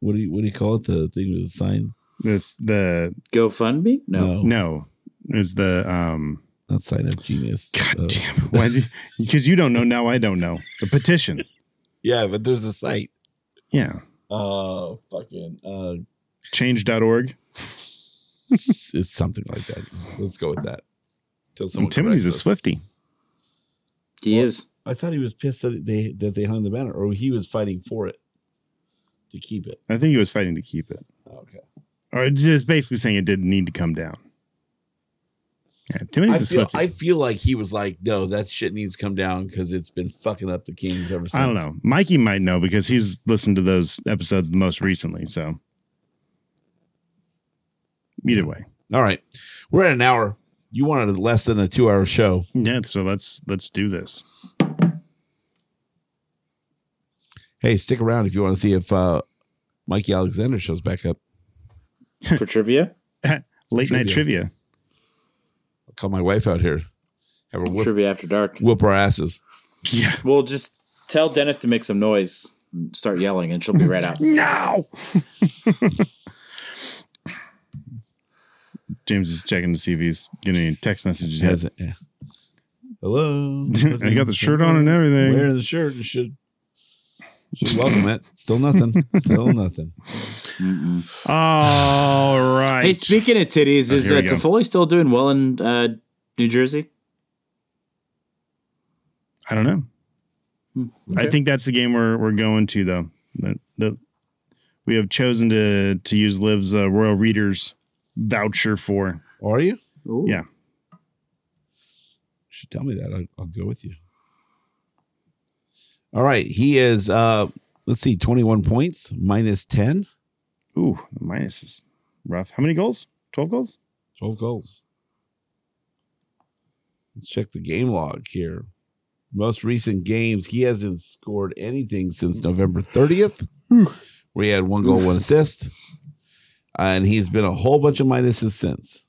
What do you what do you call it? The thing with the sign?
this the
GoFundMe? No.
Oh.
no is the um.
not sign up genius. Uh,
God damn! Why? Because you don't know now. I don't know the petition.
Yeah, but there's a site.
Yeah,
Uh, fucking. Uh,
change.org.
it's something like that. Let's go with that. Till someone
Timothy's
corrects
a
us.
Swifty.
He is.
I thought he was pissed that they that they hung the banner, or he was fighting for it to keep it.
I think he was fighting to keep it.
Okay.
Or just basically saying it didn't need to come down. Yeah, Timothy's
I
a
feel,
Swifty.
I feel like he was like, no, that shit needs to come down because it's been fucking up the Kings ever since.
I don't know. Mikey might know because he's listened to those episodes the most recently. So, either way,
All right, we're at an hour. You wanted less than a two-hour show.
yeah. So let's let's do this.
Hey, stick around if you want to see if uh, Mikey Alexander shows back up.
For trivia?
Late night trivia.
I'll call my wife out here. Have her whoop,
Trivia after dark.
whoop our asses.
Yeah.
Well, just tell Dennis to make some noise and start yelling, and she'll be right out.
No. James is checking to see if he's getting any text messages.
Has
Yet.
it? Yeah. Hello.
I got the shirt on and everything.
Wearing the shirt and should should welcome it. Still nothing. Still nothing.
All right.
Hey, speaking of titties,
Oh,
is
here
uh,
we go.
Toffoli still doing well in uh, New Jersey?
I don't know. I think that's the game we're we're going to though. The, the- we have chosen to to use Liv's uh, Royal Readers voucher for.
Are you? You
Yeah,
should tell me that. I'll, I'll go with you. All right. He is uh let's see, 21 points, minus 10.
ooh, the minus is rough. How many goals? Twelve goals?
12 goals. Let's check the game log here. Most recent games, he hasn't scored anything since November 30th, where he had one goal, one assist. And he's been a whole bunch of minuses since.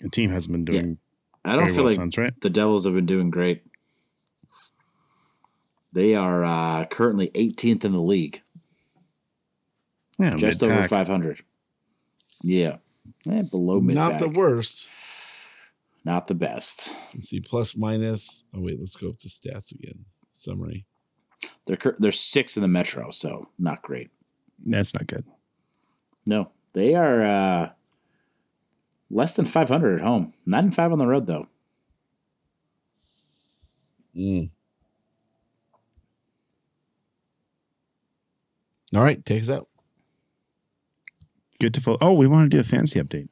The team hasn't been
Yeah.
doing
I don't
very
feel
well
like
since, right?
the Devils have been doing great. They are uh, currently 18th in the league,
Yeah,
just
mid-pack.
over 500. Yeah, Eh, below mid.
Not the worst.
Not the best.
Let's see, plus minus. Oh, wait, let's go up to stats again. Summary.
They're cur- they're six in the Metro, so not great.
That's not good.
No, they are uh, less than 500 at home. Nine and five on the road, though.
Mm. All right, take us out.
Good to follow. Oh, we want to do a fancy update.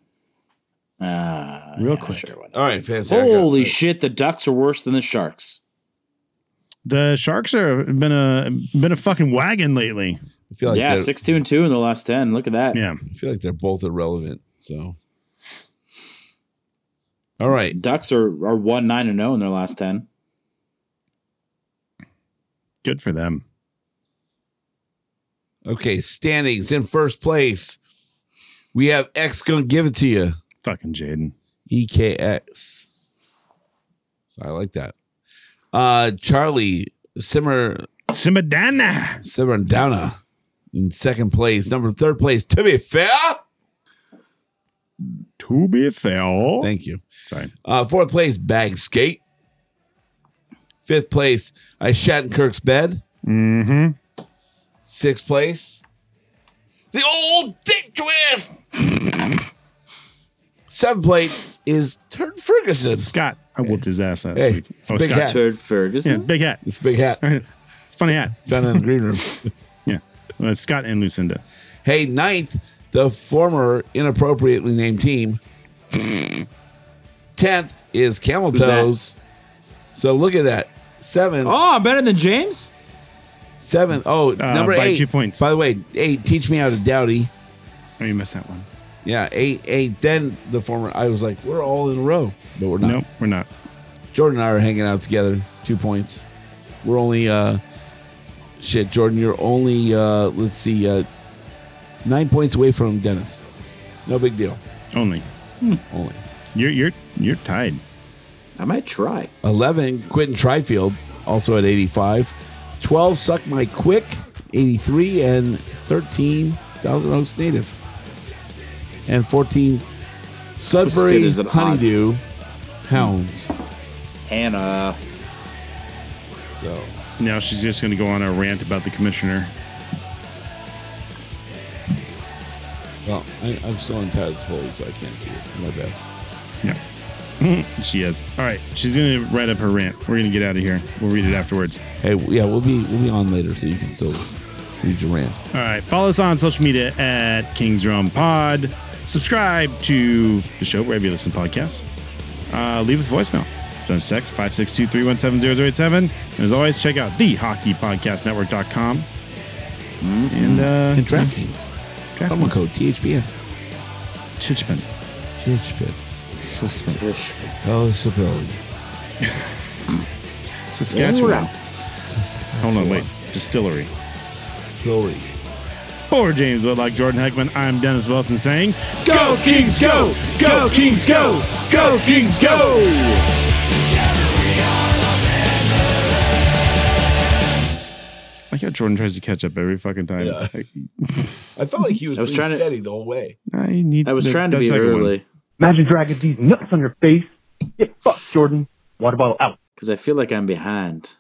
Uh,
Real
yeah,
quick.
sure, why not?
All right, fancy. Oh, I got-
Holy shit! The Ducks are worse than the Sharks.
The Sharks are been a been a fucking wagon lately.
I feel like
yeah,
they're-
six two and two in the last ten. Look at that.
Yeah,
I feel like they're both irrelevant. So, all right,
Ducks are are one nine and zero in their last ten.
good for them.
okay. Standings in first place, we have X gonna give it to you.
Fucking Jaden.
EKX. So I like that. Uh, Charlie Simmer
Simadana.
Severandana in second place. Number third place. To be fair,
To be fair.
thank you.
Sorry.
Uh, fourth place, Bag Skate. Fifth place, I Shattenkirk's Bed.
Mm-hmm.
Sixth place,
The old dick twist.
Seven plate is Turd Ferguson.
Scott, I whooped his ass last
Hey,
week. Oh,
it's a big
Scott.
hat.
Turd
Yeah,
Ferguson.
big hat.
It's a big hat.
It's a funny hat.
Found it in the green room.
Yeah. Uh, Scott and Lucinda.
Hey, ninth, the former inappropriately named team. Tenth is Camel
that?
Toes. So look at that. Seven,
Oh, I'm better than James.
seven. Oh, number
Uh, by
eight.
two points.
By the way, eight. Teach me how to dowdy.
Oh, you missed that one.
Yeah, eight, eight. Then the former. I was like, we're all in a row, but we're not.
Nope, we're not.
Jordan and I are hanging out together. Two points. We're only uh shit, Jordan, you're only uh let's see, uh nine points away from Dennis. No big deal.
Only.
Hmm, Only.
You're you're you're tied.
I might try.
Eleven, Quentin Trifield, also at eighty five. Twelve, Suck My Quick, eighty three, and thirteen, Thousand Oaks Native. And fourteen Sudbury
Citizen
Honeydew Hounds.
Hannah.
So
Now she's just going to go on a rant about the commissioner.
well, I, I'm still in Tad's fold, so I can't see it. My bad.
Yeah. Mm, she is. All right. She's going to write up her rant. We're going to get out of here. We'll read it afterwards.
Hey, yeah, we'll be we'll be on later, so you can still read your rant.
All right. Follow us on social media at Kings Realm Pod. Subscribe to the show wherever you listen to podcasts. Uh, leave us a voicemail. Send us a text 562 317 And as always, check out the hockeypodcastnetwork.com. And, uh,
And DraftKings. Promo code THPN.
Chichpin.
THPN. Eligibility.
Saskatchewan. Hold on. Wait. Distillery.
Glory.
For James Whitlock, Jordan Heckman, I'm Dennis Wilson saying,
Go Kings, go! Go Kings, go! Go Kings, go!
I like how Jordan tries to catch up every fucking time. I,
I felt like he was,
I was
being
trying to-
steady the whole way.
I need.
I was
that-
trying to
that
be
second one.
early
Imagine dragging these nuts on your face. Get fucked, Jordan. Water bottle out.
because I feel like I'm behind.